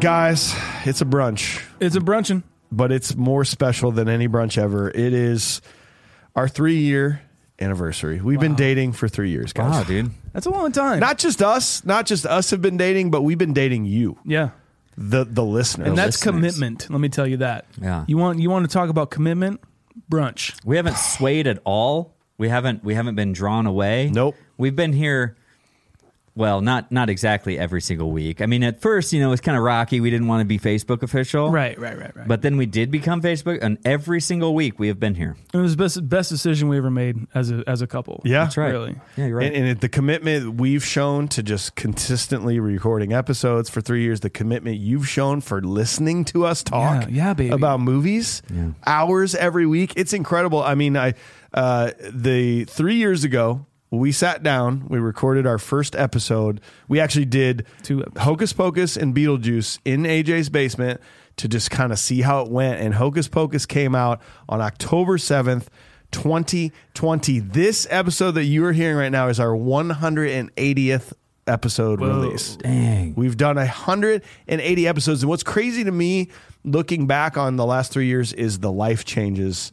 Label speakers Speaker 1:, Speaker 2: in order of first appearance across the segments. Speaker 1: Guys, it's a brunch,
Speaker 2: It's a brunchin.
Speaker 1: but it's more special than any brunch ever. It is our three year anniversary. We've been dating for three years, guys.
Speaker 3: Wow, dude.
Speaker 2: That's a long time.
Speaker 1: Not just us, not just us have been dating, but we've been dating you,
Speaker 2: yeah.
Speaker 1: the the listener.
Speaker 2: And that's
Speaker 3: listeners.
Speaker 2: commitment. Let me tell you that.
Speaker 3: Yeah.
Speaker 2: You want you want to talk about commitment? Brunch.
Speaker 3: We haven't swayed at all. We haven't we haven't been drawn away.
Speaker 1: Nope.
Speaker 3: We've been here well, not not exactly every single week. I mean, at first, you know, it was kind of rocky. We didn't want to be Facebook official.
Speaker 2: Right, right, right, right.
Speaker 3: Oh. But then we did become Facebook and every single week we have been here.
Speaker 2: it was the best best decision we ever made as a as a couple.
Speaker 1: yeah,
Speaker 3: That's right.
Speaker 2: Really?
Speaker 3: Yeah, you're right.
Speaker 1: And, and it, the commitment we've shown to just consistently recording episodes for three years, the commitment you've shown for listening to us talk
Speaker 2: Yeah, yeah, baby.
Speaker 1: about movies, hours every week. It's incredible. I mean, I uh, the three years ago we sat down, we recorded our first episode. We actually did
Speaker 2: Two episodes.
Speaker 1: Hocus Pocus and Beetlejuice in AJ's basement to just kind of see how it went. And Hocus Pocus came out on October 7th, 2020. This episode that you are hearing right now is our 180th episode release.
Speaker 3: Dang.
Speaker 1: We've done 180 episodes. And what's crazy to me looking back on the last three years is the life changes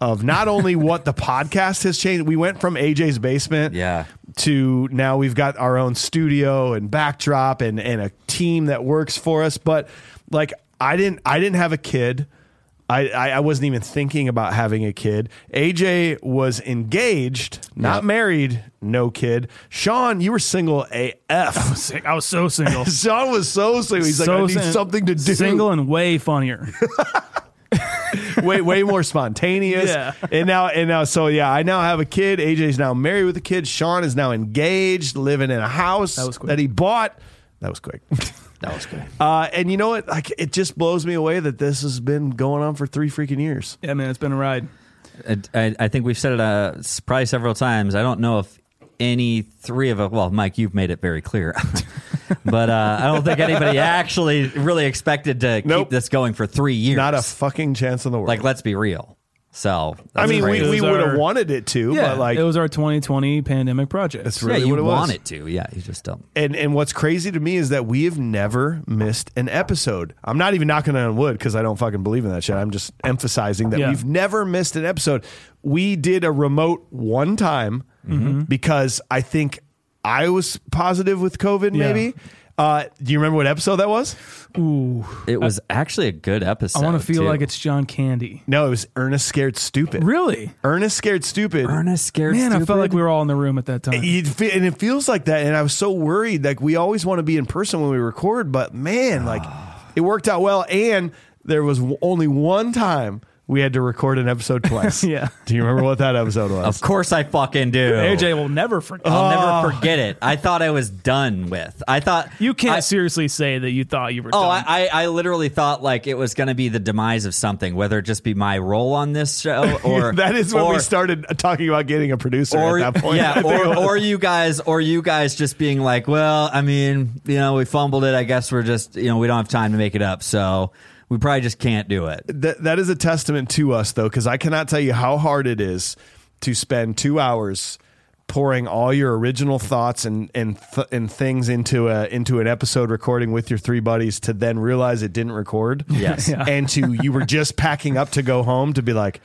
Speaker 1: of not only what the podcast has changed. We went from AJ's basement
Speaker 3: Yeah.
Speaker 1: to now we've got our own studio and backdrop and, and a team that works for us. But like I didn't I didn't have a kid. I, I, I wasn't even thinking about having a kid. AJ was engaged, not married, no kid. Sean, you were single AF.
Speaker 2: Sick. I was so single.
Speaker 1: Sean was so single. He's
Speaker 2: So
Speaker 1: like, I need
Speaker 2: sin-
Speaker 1: something to do.
Speaker 2: Single and way funnier.
Speaker 1: way way more spontaneous.
Speaker 2: Yeah.
Speaker 1: And now and now so yeah, I now have a kid. AJ's now married with a kid. Sean is now engaged, living in a house that,
Speaker 2: was quick.
Speaker 1: he bought. That was quick.
Speaker 3: That was good.
Speaker 1: Uh, and you know what? Like it just blows me away that this has been going on for three freaking years.
Speaker 2: yeah, man, it's been a ride.
Speaker 3: I, I, I think we've said it uh, s- probably several times. I don't know if any three of us, well, Mike, you've made it very clear. but uh, I don't think anybody actually really expected to
Speaker 1: Nope.
Speaker 3: keep this going for three years.
Speaker 1: Not a fucking chance in the world.
Speaker 3: like, let's be real. So,
Speaker 1: I
Speaker 3: that's
Speaker 1: mean,
Speaker 3: great.
Speaker 1: we, we
Speaker 2: It was
Speaker 1: would have
Speaker 2: our-
Speaker 1: wanted it to,
Speaker 2: Yeah,
Speaker 1: but like
Speaker 2: it was our 2020 pandemic project.
Speaker 1: that's
Speaker 3: yeah,
Speaker 1: really
Speaker 3: you
Speaker 1: what it was.
Speaker 3: want it to. Yeah, you just don't.
Speaker 1: And and what's crazy to me is that we have never missed an episode. I'm not even knocking on wood because I don't fucking believe in that shit. I'm just emphasizing that
Speaker 2: Yeah.
Speaker 1: we've never missed an episode. We did a remote one time
Speaker 2: Mm-hmm.
Speaker 1: because I think I was positive with COVID.
Speaker 2: Yeah.
Speaker 1: Maybe. Uh, do you remember what episode that was?
Speaker 2: Ooh,
Speaker 3: It was actually a good episode.
Speaker 2: I want to feel
Speaker 3: too.
Speaker 2: like it's John Candy.
Speaker 1: No, it was Ernest Scared Stupid.
Speaker 2: Really?
Speaker 1: Ernest Scared Stupid.
Speaker 3: Ernest scared.
Speaker 2: Man, I
Speaker 3: Stupid.
Speaker 2: felt like we were all in the room at that time.
Speaker 1: It fe- and it feels like that. And I was so worried. Like we always want to be in person when we record, but man, like it worked out well. And there was w- only one time we had to record an episode twice.
Speaker 2: Yeah.
Speaker 1: Do you remember what that episode was?
Speaker 3: Of course, I fucking do.
Speaker 2: AJ will never
Speaker 3: Oh.
Speaker 2: forget.
Speaker 3: I'll never forget it. I thought I was done with. I thought
Speaker 2: Ah. You can't
Speaker 3: I-
Speaker 2: seriously say that you thought you were.
Speaker 3: Oh,
Speaker 2: done.
Speaker 3: I, I, I literally thought like it was going to be the demise of something, whether it just be my role on this show or
Speaker 1: that is when
Speaker 3: or,
Speaker 1: we started uh, talking about getting a producer
Speaker 3: Or,
Speaker 1: at that point. I
Speaker 3: yeah,
Speaker 1: think it
Speaker 3: or,
Speaker 1: was.
Speaker 3: or you guys, or you guys just being like, well, I mean, you know, we fumbled it. I guess we're just, you know, we don't have time to make it up, so we probably just can't do it.
Speaker 1: that that is a testament to us though because i cannot tell you how hard it is to spend two hours pouring all your original thoughts and and th- and things into a into an episode recording with your three buddies to then realize it didn't record
Speaker 3: Yes. Yeah.
Speaker 1: and to you were just packing up to go home to be like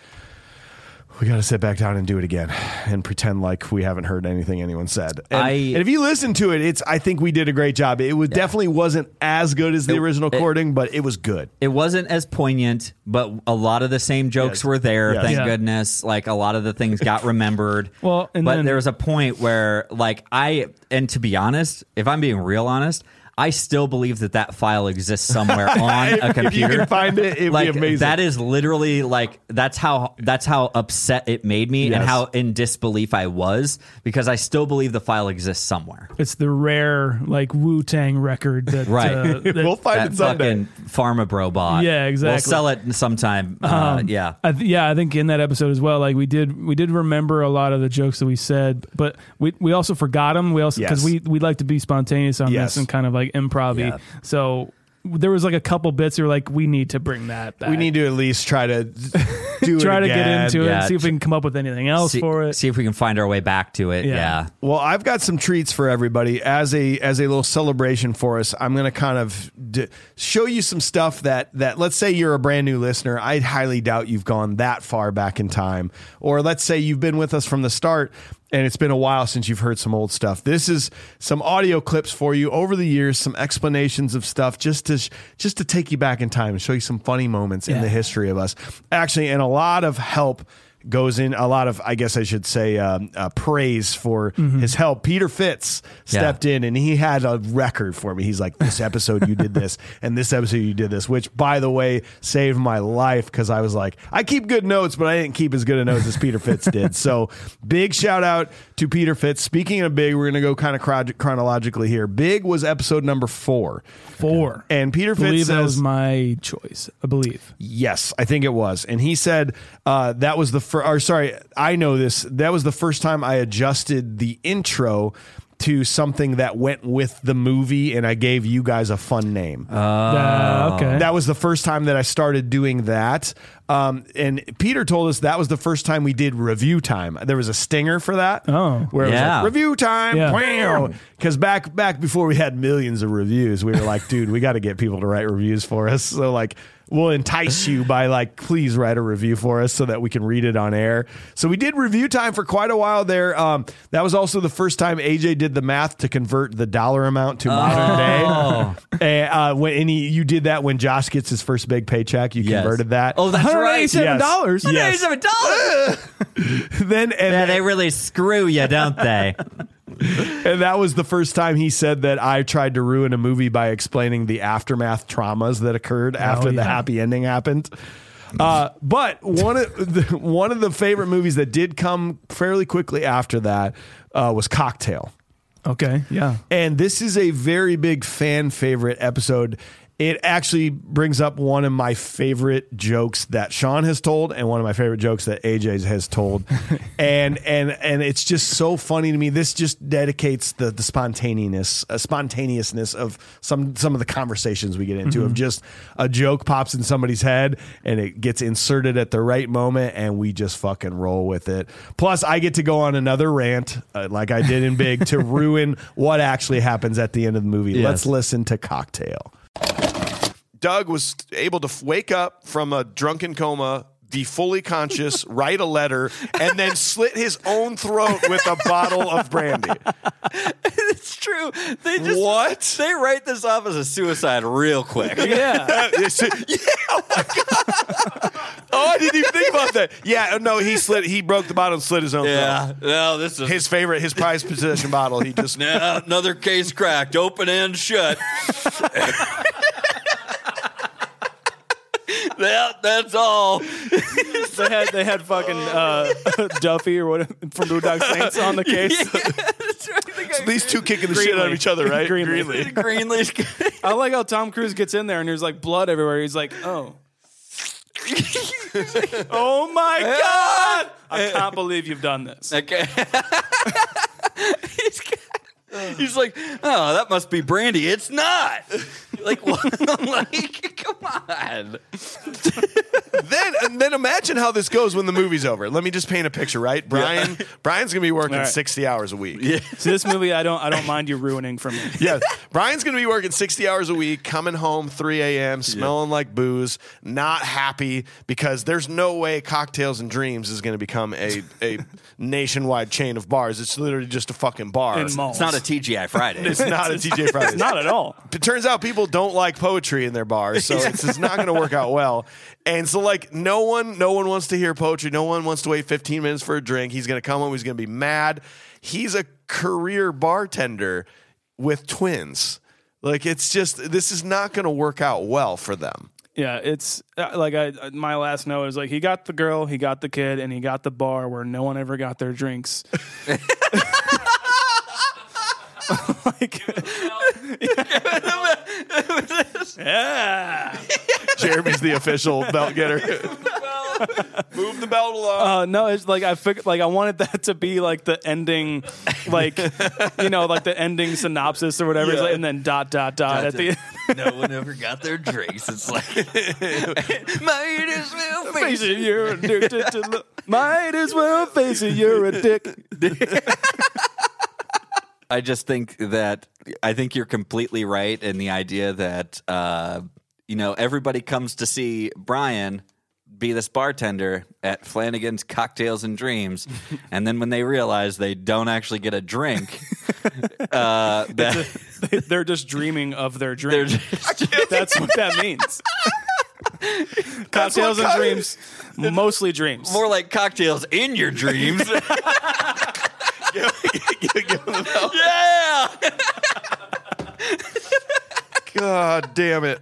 Speaker 1: we got to sit back down and do it again and pretend like we haven't heard anything anyone said. And,
Speaker 3: I-
Speaker 1: and if you listen to it, it's I think we did a great job. It was, definitely wasn't as good as the
Speaker 3: It-
Speaker 1: original
Speaker 3: it-
Speaker 1: recording, but it was good.
Speaker 3: It wasn't as poignant, but a lot of the same jokes
Speaker 1: Yes.
Speaker 3: were there.
Speaker 1: Yes.
Speaker 3: Thank
Speaker 2: Yeah.
Speaker 3: goodness. Like a lot of the things got remembered.
Speaker 2: Well, and
Speaker 3: but
Speaker 2: then-
Speaker 3: there was a point where, like, I and to be honest, if I'm being real honest, I still believe that that file exists somewhere on a computer.
Speaker 1: If you can find it, it'd
Speaker 3: like
Speaker 1: be amazing.
Speaker 3: that is literally like that's how that's how upset it made me and
Speaker 1: Yes.
Speaker 3: how in disbelief I was because I still believe the file exists somewhere.
Speaker 2: it's the rare like Wu Tang record that.
Speaker 3: Right.
Speaker 2: Uh, that-
Speaker 1: we'll find
Speaker 3: That
Speaker 1: it someday.
Speaker 3: fucking pharma bro bot.
Speaker 2: Yeah,
Speaker 3: We'll
Speaker 2: exactly.
Speaker 3: sell it sometime. uh, yeah.
Speaker 2: um, I th- yeah, I think in that episode as well, like we did, we did remember a lot of the jokes that we said, but we we also forgot them. We also because
Speaker 1: Yes.
Speaker 2: we we like to be spontaneous on
Speaker 1: Yes.
Speaker 2: this and kind of like improv.
Speaker 3: Yeah.
Speaker 2: So there was like a couple bits that were like, we need to bring that back.
Speaker 1: We need to at least try to do it
Speaker 4: try to get
Speaker 1: again.
Speaker 4: into it
Speaker 3: Yeah.
Speaker 4: and see if we can come up with anything else
Speaker 3: see,
Speaker 4: for it.
Speaker 3: see if we can find our way back to it.
Speaker 4: Yeah.
Speaker 3: Yeah.
Speaker 1: Well, I've got some treats for everybody as a as a little celebration for us. I'm going to kind of d- show you some stuff that that let's say you're a brand new listener. I highly doubt you've gone that far back in time, or let's say you've been with us from the start and it's been a while since you've heard some old stuff. This is some audio clips for you over the years, some explanations of stuff just to sh- just to take you back in time and show you some funny moments in
Speaker 4: Yeah.
Speaker 1: the history of us. Actually, and a lot of help goes in a lot of, I guess I should say, um, uh, praise for his help. Peter Fitz stepped in and he had a record for me. He's like, this episode you did this, and this episode you did this, which by the way saved my life because I was like, I keep good notes, but I didn't keep as good a notes as Peter Fitz did. So big shout out to Peter Fitz. Speaking of big, we're gonna go kind of chron- chronologically here. Big was episode number four,
Speaker 4: Four.
Speaker 1: and Peter
Speaker 4: I believe
Speaker 1: Fitz
Speaker 4: that
Speaker 1: says
Speaker 4: was my choice. I believe.
Speaker 1: Yes, I think it was. And he said uh, that was the first, or sorry, I know this. That was the first time I adjusted the intro to something that went with the movie, and I gave you guys a fun name.
Speaker 3: Oh.
Speaker 4: Uh, okay.
Speaker 1: that was the first time that I started doing that. Um, and Peter told us that was the first time we did review time. There was a stinger for that.
Speaker 4: Oh.
Speaker 1: where it was
Speaker 3: Yeah.
Speaker 1: like, review time.
Speaker 4: Yeah.
Speaker 1: Because back back before we had millions of reviews, we were like, dude, we got to get people to write reviews for us. So like, we'll entice you by like, please write a review for us so that we can read it on air. So we did review time for quite a while there. Um, that was also the first time AJ did the math to convert the dollar amount to
Speaker 3: Oh.
Speaker 1: modern day. And, uh, when and he, you did that when Josh gets his first big paycheck, you
Speaker 3: Yes.
Speaker 1: converted that.
Speaker 3: Oh, that's right.
Speaker 1: Yes.
Speaker 4: $187.
Speaker 1: Yes.
Speaker 3: $187.
Speaker 1: Then and
Speaker 3: Yeah, they really screw you, don't they?
Speaker 1: And that was the first time he said that I tried to ruin a movie by explaining the aftermath traumas that occurred after the
Speaker 4: yeah.
Speaker 1: happy ending happened. Uh, but one of the, one of the favorite movies that did come fairly quickly after that uh, was Cocktail.
Speaker 4: Okay. Yeah.
Speaker 1: And this is a very big fan favorite episode. It actually brings up one of my favorite jokes that Sean has told and one of my favorite jokes that AJ has told. and and and it's just so funny to me. This just dedicates the the spontaneousness, uh, spontaneousness of some some of the conversations we get into of just a joke pops in somebody's head and it gets inserted at the right moment and we just fucking roll with it. Plus I get to go on another rant uh, like I did in Big to ruin what actually happens at the end of the movie. Let's listen to Cocktail.
Speaker 5: Doug was able to f- wake up from a drunken coma, be fully conscious, write a letter, and then slit his own throat with a bottle of brandy.
Speaker 3: it's true. They just
Speaker 5: What?
Speaker 3: they write this off as a suicide real quick.
Speaker 4: Yeah.
Speaker 5: Uh, it's- yeah, oh my god! Oh, I didn't even think about that. Yeah, oh, no, he slit. He broke the bottle and slit his own throat.
Speaker 3: No, this is
Speaker 5: His favorite, his prized possession bottle. He just
Speaker 3: another case cracked. Open and shut. that, that's all.
Speaker 2: they had they had fucking uh, Duffy or what from Boondock Saints on the case.
Speaker 5: these two kicking the shit out of each other, right?
Speaker 2: Greenlee.
Speaker 3: Greenleaf.
Speaker 2: I like how Tom Cruise gets in there and there's like blood everywhere. He's like, oh, oh my god, I can't believe you've done this.
Speaker 3: Okay. he's, got- he's like, oh, that must be brandy. It's not. Like, what? like, come on.
Speaker 5: then and then imagine how this goes when the movie's over. Let me just paint a picture, right? Brian Brian's gonna be working
Speaker 2: All right.
Speaker 5: sixty hours a week.
Speaker 2: So this movie, I don't I don't mind you ruining for me.
Speaker 5: yeah. Brian's going to be working 60 hours a week, coming home 3 a.m., smelling like booze, not happy because there's no way Cocktails and Dreams is going to become a, a nationwide chain of bars. It's literally just a fucking bar.
Speaker 2: In malls.
Speaker 3: It's not a TGI Friday.
Speaker 5: It's not a TJ Fridays.
Speaker 2: Not at all.
Speaker 5: It turns out people don't like poetry in their bars, so it's, it's not going to work out well. And so, like, no one, no one wants to hear poetry. No one wants to wait 15 minutes for a drink. He's going to come home. He's going to be mad. He's a career bartender with twins. Like, it's just this is not going to work out well for them.
Speaker 2: Yeah, it's uh, like I uh, my last note is like he got the girl, he got the kid, and he got the bar where no one ever got their drinks. like, yeah,
Speaker 5: Jeremy's the official belt getter.
Speaker 6: Move the belt along.
Speaker 2: Uh, no, it's like I figured, like I wanted that to be like the ending, like you know, like the ending synopsis or whatever, It's like, and then dot dot dot at the end.
Speaker 7: no one ever got their drinks. It's like might as well
Speaker 2: Face it, you're addicted to lo- Might as well face it, you're a dick.
Speaker 3: I just think that I think you're completely right in the idea that uh, you know everybody comes to see Brian be this bartender at Flanagan's Cocktails and Dreams, and then when they realize they don't actually get a drink, uh, that
Speaker 2: They're just dreaming of their
Speaker 3: they're
Speaker 2: dreams.
Speaker 3: just,
Speaker 2: That's what that means. Cocktails and dreams, mostly dreams.
Speaker 3: more like cocktails in your dreams. yeah.
Speaker 6: God damn it.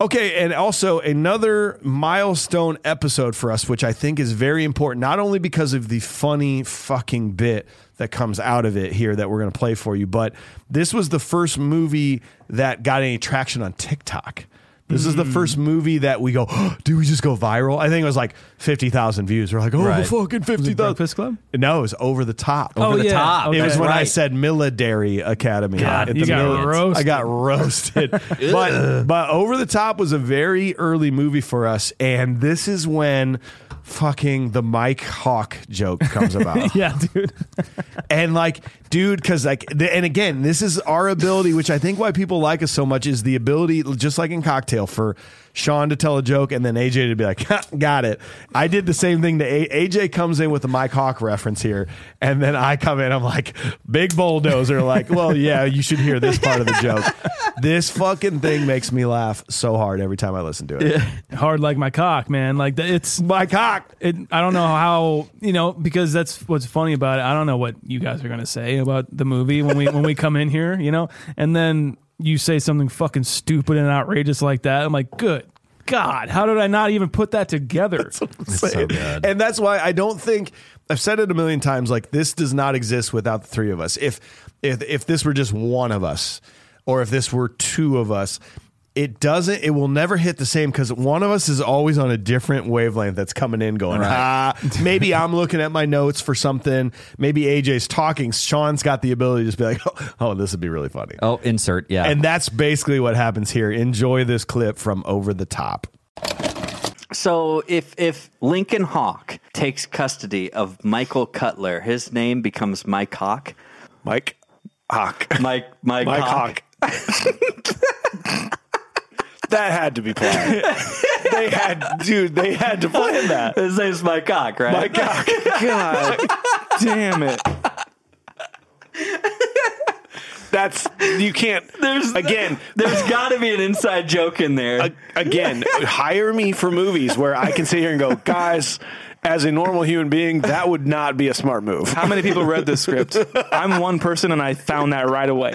Speaker 8: Okay, and also another milestone episode for us, which I think is very important, not only because of the funny fucking bit that comes out of it here that we're going to play for you, but this was the first movie that got any traction on TikTok. This is the
Speaker 9: Mm.
Speaker 8: first movie that we go, do we just go viral? I think it was like 50,000 views. We're like, oh,
Speaker 7: Right.
Speaker 8: fucking 50,000.
Speaker 9: Breakfast Club.
Speaker 8: No, it was over the top.
Speaker 9: Oh
Speaker 7: the
Speaker 9: yeah,
Speaker 7: top.
Speaker 8: It was
Speaker 9: okay.
Speaker 8: when I
Speaker 7: Right.
Speaker 8: said military academy.
Speaker 9: God, you got roasted.
Speaker 8: I got roasted. but but over the top was a very early movie for us, and this is when fucking the Mike Hawk joke comes about.
Speaker 9: yeah, dude.
Speaker 8: And like, dude, because like, the, and again, this is our ability, which I think why people like us so much is the ability, just like in Cocktail, for Sean to tell a joke and then AJ to be like, "Ha, got it. I did the same thing to a- AJ comes in with the Mike Hawk reference here, and then I come in, I'm like, big bulldozer, like, well, yeah, you should hear this part of the joke. This fucking thing makes me laugh so hard every time I listen to it.
Speaker 9: Hard like my cock, man. Like the- it's
Speaker 8: Mike Hawk.
Speaker 9: it, I don't know how you know because that's what's funny about it. I don't know what you guys are gonna say about the movie when we when we come in here, you know, and then you say something fucking stupid and outrageous like that. I'm like, good God, how did I not even put that together?
Speaker 8: saying.
Speaker 7: good.
Speaker 8: And that's why I don't think I've said it a million times. Like this does not exist without the three of us. If if if this were just one of us, or if this were two of us. It doesn't. It will never hit the same because one of us is always on a different wavelength. That's coming in, going, ah. Maybe I'm looking at my notes for something. Maybe AJ's talking. Sean's got the ability to just be like, oh, oh, this would be really funny.
Speaker 7: Oh, insert. Yeah.
Speaker 8: And that's basically what happens here. Enjoy this clip from Over the Top.
Speaker 3: So if if Lincoln Hawk takes custody of Michael Cutler, his name becomes Mike Hawk.
Speaker 6: Mike Hawk.
Speaker 3: Mike Mike,
Speaker 6: Mike
Speaker 3: Hawk.
Speaker 6: Hawk. that had to be planned. they had, dude. They had to plan that.
Speaker 3: His name's Mike Hawk, right?
Speaker 6: Mike Hawk.
Speaker 2: God damn it.
Speaker 6: That's you can't.
Speaker 3: There's
Speaker 6: again.
Speaker 3: There's got to be an inside joke in there.
Speaker 6: a- again, hire me for movies where I can sit here and go, guys. As a normal human being, that would not be a smart move.
Speaker 2: How many people read this script? I'm one person and I found that right away.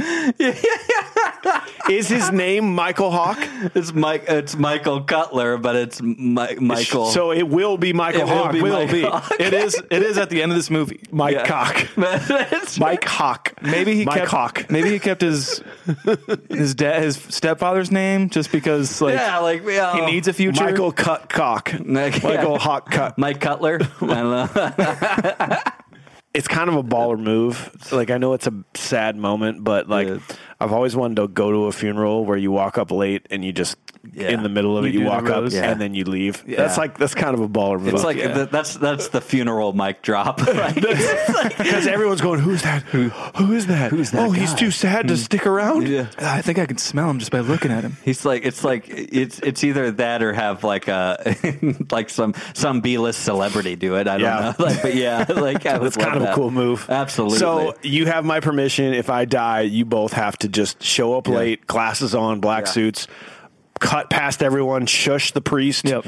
Speaker 6: Is his name Michael Hawk?
Speaker 3: it's Mike. It's Michael Cutler, but it's Mi- Michael.
Speaker 6: So it will be Michael
Speaker 3: It will
Speaker 6: Hawk.
Speaker 3: be
Speaker 6: will
Speaker 3: Mike
Speaker 6: be
Speaker 3: Hawk.
Speaker 2: It is it is at the end of this movie.
Speaker 6: Mike
Speaker 3: Yeah.
Speaker 6: Cock.
Speaker 3: It's-
Speaker 6: Mike Hawk.
Speaker 2: Maybe he
Speaker 6: Mike
Speaker 2: kept
Speaker 6: Hawk.
Speaker 2: maybe he kept his his dad his stepfather's name just because like
Speaker 3: yeah, like yeah.
Speaker 2: he needs a future.
Speaker 6: Michael Cut Cock.
Speaker 3: Mike-
Speaker 6: Michael Hawk Cut.
Speaker 3: Mike Cutler. I don't know.
Speaker 6: it's kind of a baller move. Like I know it's a sad moment, but like
Speaker 3: Yeah.
Speaker 6: I've always wanted to go to a funeral where you walk up late and you just
Speaker 3: Yeah.
Speaker 6: in the middle of
Speaker 2: You
Speaker 6: it you
Speaker 2: do
Speaker 6: walk
Speaker 2: the
Speaker 6: up
Speaker 2: rose.
Speaker 3: Yeah.
Speaker 6: and then you leave. That's like that's kind of a baller move.
Speaker 3: It's like
Speaker 2: yeah.
Speaker 3: th that's that's the funeral mic drop. Like, it's like-
Speaker 6: because everyone's going, "Who's that? who is that? Who's
Speaker 3: that
Speaker 6: Oh, he's
Speaker 3: guy?"
Speaker 6: too sad to stick around.
Speaker 3: yeah.
Speaker 2: I think I can smell him just by looking at him.
Speaker 3: He's like it's like it's it's either that or have like a like some some B list celebrity do it. I don't
Speaker 6: Yeah.
Speaker 3: know. Like, but yeah, like I would
Speaker 6: That's kind
Speaker 3: love
Speaker 6: of a
Speaker 3: that.
Speaker 6: cool move.
Speaker 3: Absolutely.
Speaker 6: So you have my permission. If I die, you both have to just show up late, glasses on, black
Speaker 3: Yeah.
Speaker 6: suits, cut past everyone, shush the priest,
Speaker 2: Yep.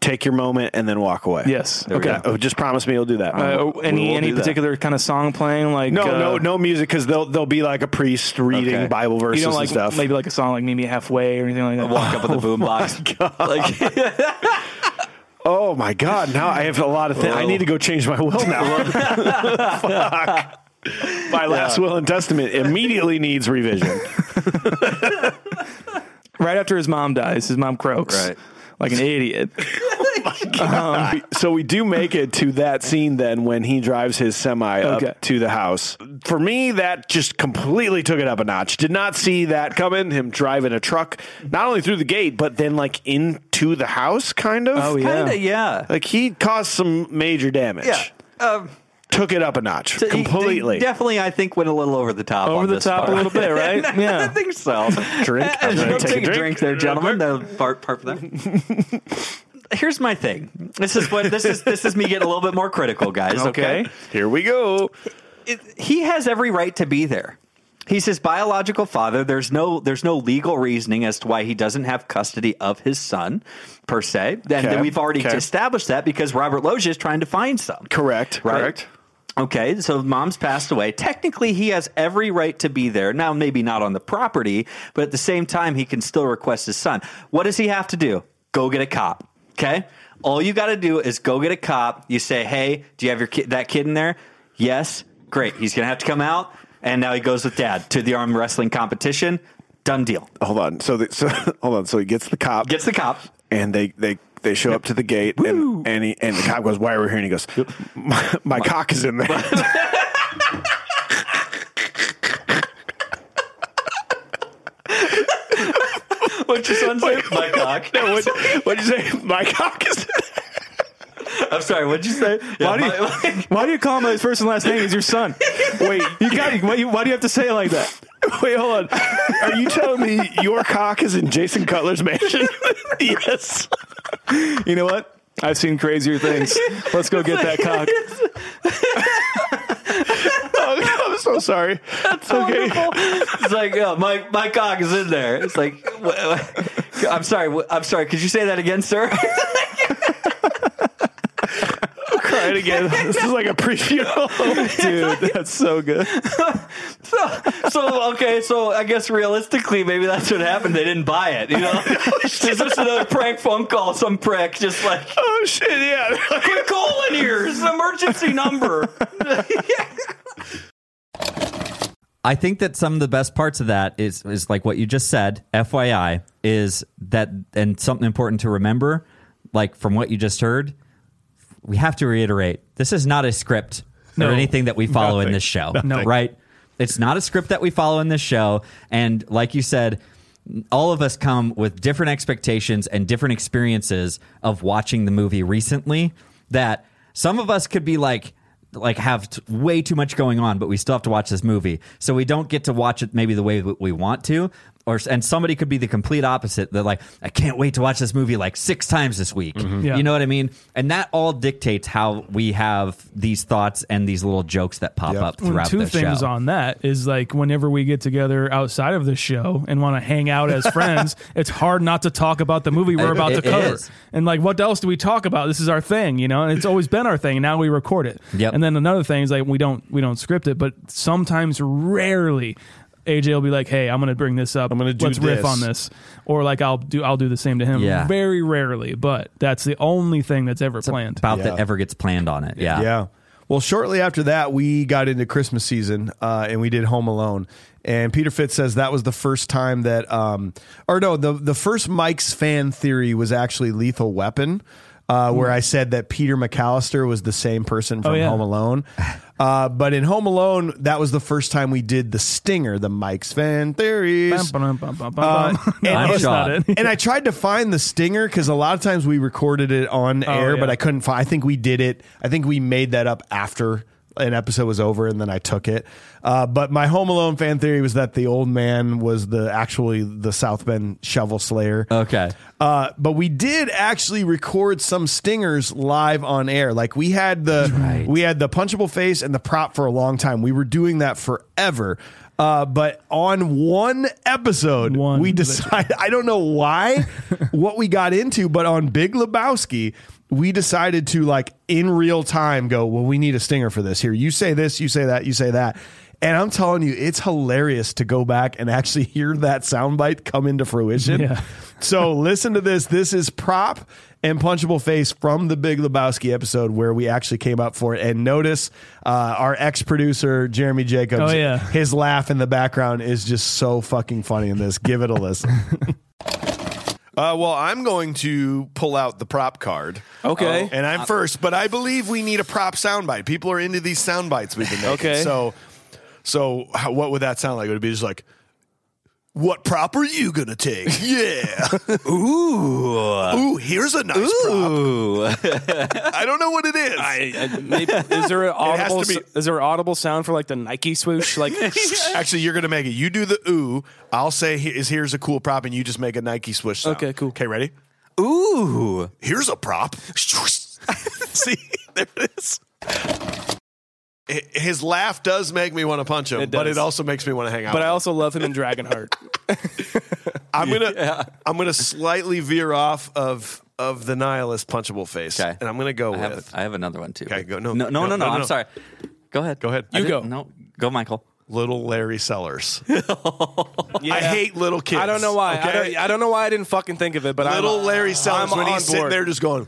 Speaker 6: take your moment, and then walk away.
Speaker 2: Mm-hmm. Yes.
Speaker 3: we
Speaker 6: Okay. Oh, just promise me you'll do that.
Speaker 2: Uh,
Speaker 6: We will
Speaker 2: any
Speaker 6: do
Speaker 2: any
Speaker 6: that.
Speaker 2: particular kind of song playing like
Speaker 6: No,
Speaker 2: uh,
Speaker 6: no, no music because they'll they'll be like a priest reading
Speaker 3: Okay.
Speaker 6: Bible verses
Speaker 2: You don't like
Speaker 6: and stuff.
Speaker 2: maybe like a song like Meet Me Halfway or anything like that.
Speaker 3: walk up with the boombox. Like
Speaker 6: Oh my God! Now I have a lot of things. I
Speaker 3: Whoa.
Speaker 6: need to go change my will now. Fuck. My last will and testament immediately needs revision.
Speaker 2: Right after his mom dies, his mom croaks.
Speaker 3: Right.
Speaker 2: Like an idiot.
Speaker 6: week.
Speaker 8: Um, so we do make it to that scene then when he drives his semi
Speaker 6: Okay.
Speaker 8: up to the house. For me, that just completely took it up a notch. Did not see that coming. Him driving a truck not only through the gate but then like into the house, kind of.
Speaker 6: Oh, yeah.
Speaker 10: Kinda, yeah.
Speaker 8: Like he caused some major damage.
Speaker 10: Yeah. Um,
Speaker 8: Took it up a notch
Speaker 10: so he-
Speaker 8: completely.
Speaker 10: he definitely, I think, went a little over the top.
Speaker 6: Over
Speaker 10: on
Speaker 6: the
Speaker 10: this
Speaker 6: top a
Speaker 10: part.
Speaker 6: little bit, right?
Speaker 10: I
Speaker 6: Yeah.
Speaker 10: think so.
Speaker 8: Drink.
Speaker 10: Uh,
Speaker 8: I'm gonna
Speaker 10: go
Speaker 8: take a
Speaker 10: take, a
Speaker 8: drink.
Speaker 10: drink there, gentlemen. No, part, part for that. Here's my thing. This is what this is. This is me getting a little bit more critical, guys. Okay.
Speaker 6: Okay.
Speaker 8: Here we go.
Speaker 10: It- he has every right to be there. He's his biological father. There's no there's no legal reasoning as to why he doesn't have custody of his son, per se. And
Speaker 8: Okay.
Speaker 10: we've already
Speaker 8: Okay.
Speaker 10: established that because Robert Loggia is trying to find some.
Speaker 8: Correct.
Speaker 10: Right.
Speaker 8: Correct.
Speaker 10: Okay, so mom's passed away. Technically, he has every right to be there. Now, maybe not on the property, but at the same time, he can still request his son. What does he have to do? Go get a cop. Okay, all you got to do is go get a cop. You say, "Hey, do you have your kid, that kid in there?" Yes. Great. He's gonna have to come out, and now he goes with dad to the arm wrestling competition. Done deal.
Speaker 8: Hold on. So, the, so hold on. So he gets the cop.
Speaker 10: Gets the cop.
Speaker 8: and they they they show up to the gate and and, he, and the cop goes why are we here and he goes my, my cock is in there
Speaker 10: What's your son's name? My cock. No, what,
Speaker 8: what'd you say my cock is
Speaker 10: I'm sorry. What'd you say?
Speaker 6: Why do you- Why do you call him by his first and last name? He's your son. Wait, you got why, you, why do you have to say it like that?
Speaker 8: wait hold on are you telling me your cock is in Jason Cutler's mansion yes
Speaker 6: You know what? I've seen crazier things. Let's go get that cock.
Speaker 8: oh, I'm so sorry okay
Speaker 10: it's like oh, my my cock is in there. It's like wh- wh- I'm sorry. wh- I'm sorry. Could you say that again, sir?
Speaker 8: crying again this is like a pre-funeral
Speaker 6: Dude, that's so good.
Speaker 10: so, so okay. So I guess realistically, maybe that's what happened. They didn't buy it. You know, it's just another prank phone call. Some prick just like
Speaker 8: oh shit yeah
Speaker 10: quit calling here. It's an emergency number.
Speaker 3: I think that some of the best parts of that is is like what you just said, FYI, is that and something important to remember, like from what you just heard, we have to reiterate, this is not a script
Speaker 2: No.
Speaker 3: or anything that we follow in
Speaker 11: Nothing.
Speaker 3: this show.
Speaker 2: Nothing.
Speaker 3: Right? It's not a script that we follow in this show. And like you said, all of us come with different expectations and different experiences of watching the movie recently that some of us could be like like have t- way too much going on but we still have to watch this movie so we don't get to watch it maybe the way that we want to or and somebody could be the complete opposite they're like i can't wait to watch this movie like six times this week
Speaker 2: Yeah.
Speaker 3: you know what i mean and that all dictates how we have these thoughts and these little jokes that pop
Speaker 11: Yep.
Speaker 3: up
Speaker 2: Well,
Speaker 3: throughout
Speaker 2: two
Speaker 3: the
Speaker 2: things
Speaker 3: show
Speaker 2: on that is like whenever we get together outside of the show and want to hang out as friends, it's hard not to talk about the movie we're
Speaker 3: It-
Speaker 2: about
Speaker 3: it-
Speaker 2: to
Speaker 3: it
Speaker 2: cover.
Speaker 3: is.
Speaker 2: And like, what else do we talk about? This is our thing, you know. And it's always been our thing. And now we record it.
Speaker 3: Yep.
Speaker 2: And then another thing is like we don't we don't script it, but sometimes rarely. AJ will be like, "Hey, I'm going to bring this up. I'm
Speaker 11: gonna do
Speaker 2: Let's riff
Speaker 11: this."
Speaker 2: on this, or like I'll do I'll do the same to him.
Speaker 3: Yeah.
Speaker 2: Very rarely, but that's the only thing that's ever planned.
Speaker 3: about
Speaker 11: Yeah.
Speaker 3: that ever gets planned on it yeah
Speaker 11: Yeah. Well, shortly after that, we got into Christmas season uh, and we did Home Alone. And Peter Fitz says that was the first time that, um, or no, the, the first Mike's fan theory was actually Lethal Weapon, uh, where I said that Peter McAllister was the same person from
Speaker 2: yeah.
Speaker 11: Home Alone. Uh, but in Home Alone, that was the first time we did the stinger, the Mike's fan theories.
Speaker 2: Bum, bum, bum, bum, bum,
Speaker 11: Uh,
Speaker 3: Um,
Speaker 2: bum.
Speaker 11: and-
Speaker 2: No, that's not
Speaker 3: Nice
Speaker 2: it.
Speaker 11: and I tried to find the stinger because a lot of times we recorded it on air,
Speaker 2: Oh, yeah.
Speaker 11: but I couldn't find. I think we did it. I think we made that up after an episode was over, and then I took it. Uh, but my Home Alone fan theory was that the old man was the actually the South Bend Shovel Slayer.
Speaker 3: okay
Speaker 11: Uh, but we did actually record some stingers live on air. Like we had the we had the punchable face and the prop for a long time. We were doing that forever. Uh, but on one episode,
Speaker 2: One
Speaker 11: we
Speaker 2: literally.
Speaker 11: decided I don't know why what we got into, but on Big Lebowski, we decided to like in real time go, well, we need a stinger for this. Here, you say this, you say that, you say that. And I'm telling you, it's hilarious to go back and actually hear that soundbite come into fruition.
Speaker 2: Yeah.
Speaker 11: so listen to this. This is prop and punchable face from the Big Lebowski episode where we actually came up for it. And notice uh, our ex producer Jeremy Jacobs.
Speaker 2: Oh, yeah.
Speaker 11: his laugh in the background is just so fucking funny in this. Give it a listen.
Speaker 1: Uh, well, I'm going to pull out the prop card.
Speaker 6: Okay.
Speaker 1: and
Speaker 2: Uh,
Speaker 1: I'm first, but I believe we need a prop soundbite. People are into these sound bites we've been making.
Speaker 6: Okay.
Speaker 1: So, so how, what would that sound like? Would it be just like, what prop are you gonna take? Yeah. Ooh. Ooh. Here's a nice prop. I don't know what it is.
Speaker 6: uh, Maybe, is there an
Speaker 1: has
Speaker 6: audible?
Speaker 1: to be-
Speaker 6: s- Is there an audible sound for like the Nike swoosh? Like,
Speaker 1: Actually, you're gonna make it. You do the ooh. I'll say he- is here's a cool prop, and you just make a Nike swoosh. Sound.
Speaker 6: Okay, cool.
Speaker 1: Okay, ready?
Speaker 10: Ooh.
Speaker 1: Here's a prop. See, there it is. Hi- His laugh does make me want to punch him,
Speaker 6: It
Speaker 1: but
Speaker 6: does.
Speaker 1: it also makes me want to hang out.
Speaker 6: but
Speaker 1: with
Speaker 6: I
Speaker 1: him.
Speaker 6: also love him in Dragonheart.
Speaker 1: I'm gonna I'm gonna slightly veer off of of the nihilist punchable face,
Speaker 10: Okay.
Speaker 1: and I'm gonna go
Speaker 10: I have,
Speaker 1: with
Speaker 10: a- I have another one too.
Speaker 1: Okay, go- no,
Speaker 10: no, no, no,
Speaker 1: no,
Speaker 10: no,
Speaker 1: no,
Speaker 10: I'm
Speaker 1: no.
Speaker 10: sorry. Go ahead. Go
Speaker 1: ahead.
Speaker 6: You go.
Speaker 10: No, go, Michael.
Speaker 1: little Larry Sellers.
Speaker 6: Yeah.
Speaker 1: I hate little kids.
Speaker 6: I don't know why. I,
Speaker 1: okay?
Speaker 6: don't, I don't know why I didn't fucking think of it. But
Speaker 1: little
Speaker 6: I'm,
Speaker 1: Larry Sellers
Speaker 6: I'm
Speaker 1: when
Speaker 6: on
Speaker 1: he's sitting
Speaker 6: board.
Speaker 1: there just going,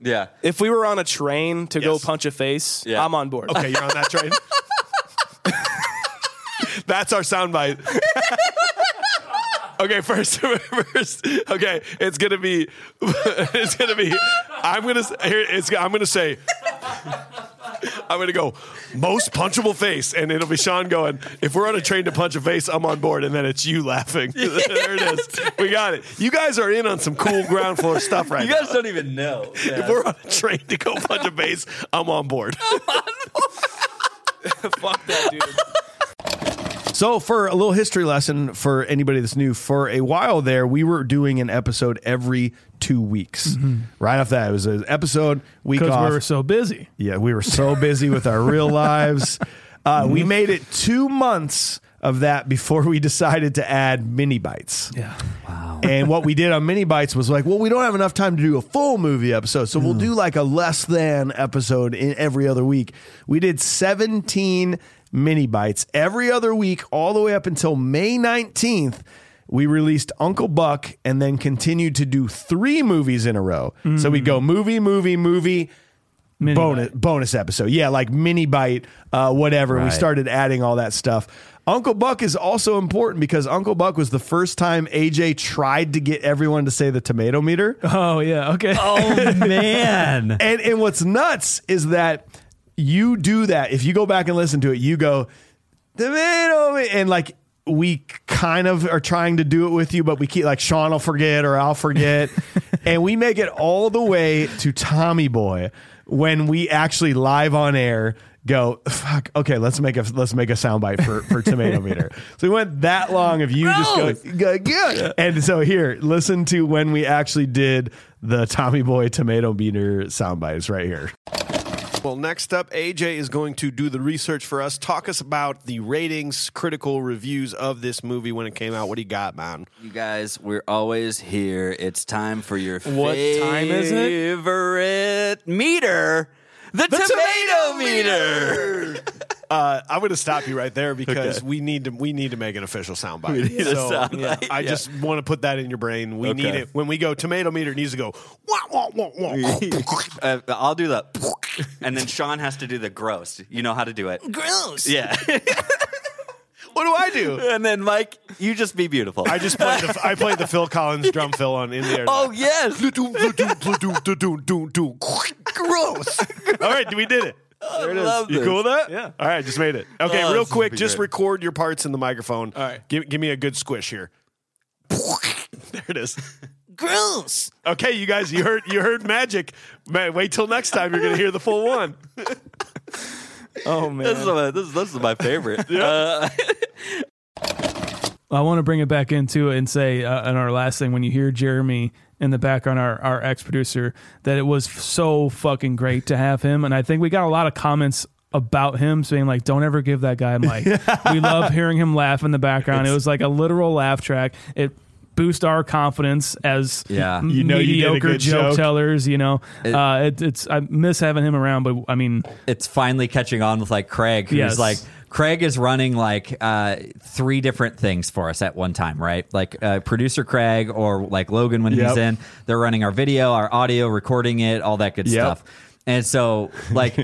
Speaker 10: Yeah.
Speaker 6: If we were on a train to go
Speaker 1: Yes.
Speaker 6: punch a face,
Speaker 10: Yeah.
Speaker 6: I'm on board.
Speaker 1: "Okay, you're on that train." That's our soundbite. Okay, first, first. Okay, it's gonna be, it's gonna be. I'm gonna s- here. It's. I'm gonna say. I'm gonna go most punchable face, and it'll be Sean going. If we're on a train to punch a face, I'm on board, and then it's you laughing. there it is. We got it. You guys are in on some cool ground floor stuff right now.
Speaker 10: don't even know.
Speaker 1: if we're on a train to go punch a face, I'm on board.
Speaker 6: Fuck that dude.
Speaker 11: So, for a little history lesson for anybody that's new, for a while there, we were doing an episode every two weeks. Right off that, it was an episode week
Speaker 2: Mm-hmm. because
Speaker 11: off.
Speaker 2: we were so busy.
Speaker 11: yeah, we were so busy with our real lives. Uh, We made it two months of that before we decided to add mini bites.
Speaker 2: Yeah.
Speaker 11: And what we did on mini bites was like, well, we don't have enough time to do a full movie episode, so we'll do like a less than episode in every other week. We did 17 mini bites every other week, all the way up until May 19th. We released Uncle Buck and then continued to do three movies in a row. So we'd go movie, movie, movie,
Speaker 2: Mini
Speaker 11: bonus bonus episode. Yeah, like mini bite, uh, whatever. We
Speaker 3: Right.
Speaker 11: started adding all that stuff. Uncle Buck is also important because Uncle Buck was the first time AJ tried to get everyone to say the tomato meter.
Speaker 2: Oh yeah. Okay.
Speaker 3: Oh man.
Speaker 11: And and what's nuts is that you do that. If you go back and listen to it, you go tomato me-" and like we kind of are trying to do it with you, but we keep like Sean will forget or I'll forget, and we make it all the way to Tommy Boy when we actually live on air go fuck okay let's make a let's make a soundbite for for tomato meter so we went that long of you just go, go yeah. and so here listen to when we actually did the tommy boy tomato meter soundbite it's right here
Speaker 1: Well, next up, AJ is going to do the research for us. Talk us about the ratings, critical reviews of this movie when it came out. What do you got, man?
Speaker 10: You guys, we're always here. It's time for your
Speaker 6: What time is it?
Speaker 10: favorite meter, the, tomato, meter.
Speaker 1: Uh, I'm going to stop you right there because we need to we need to make an official soundbite. We
Speaker 10: need a soundbite,
Speaker 1: I
Speaker 10: yeah.
Speaker 1: just want to put that in your brain. We need
Speaker 10: Okay.
Speaker 1: it when we go. Tomato meter needs to go. Wah, wah, wah, wah.
Speaker 10: Uh, I'll do the, and then Sean has to do the gross. You know how to do it. Gross. Yeah.
Speaker 1: what do I do?
Speaker 10: and then Mike, you just be beautiful.
Speaker 1: I just played the I played the Phil Collins drum fill on in the air.
Speaker 10: oh yes.
Speaker 1: gross. All right, we did it.
Speaker 10: there it is.
Speaker 1: You cool with that? Yeah. All right, just made it. Okay,
Speaker 10: Oh,
Speaker 1: real
Speaker 10: this is
Speaker 1: quick,
Speaker 10: gonna be
Speaker 1: just
Speaker 10: great.
Speaker 1: record your parts in the microphone. All
Speaker 6: right.
Speaker 1: Give, give me a good squish here. there it is.
Speaker 10: Gross.
Speaker 1: Okay, you guys, you heard you heard magic. Ma- Wait till next time. You're gonna hear the full one.
Speaker 6: Oh
Speaker 10: This is
Speaker 6: man.
Speaker 10: my, this, this is my favorite. uh,
Speaker 2: I want to bring it back into it and say uh, on our last thing when you hear Jeremy in the background, our our ex producer, that it was so fucking great to have him, and I think we got a lot of comments about him saying like don't ever give that guy a mic. we love hearing him laugh in the background. It was like a literal laugh track. It boost our confidence as
Speaker 3: Yeah.
Speaker 2: m-
Speaker 11: You know you did a
Speaker 2: mediocre
Speaker 11: good
Speaker 2: joke,
Speaker 11: joke.
Speaker 2: tellers, you know. uh it, it's I miss having him around, but I mean
Speaker 3: it's finally catching on with like Craig, who's
Speaker 2: Yes.
Speaker 3: like Craig is running like uh, three different things for us at one time, right? Like uh, producer Craig or like Logan when
Speaker 11: Yep.
Speaker 3: he's in, they're running our video, our audio, recording it, all that good
Speaker 11: Yep.
Speaker 3: stuff. And so, like,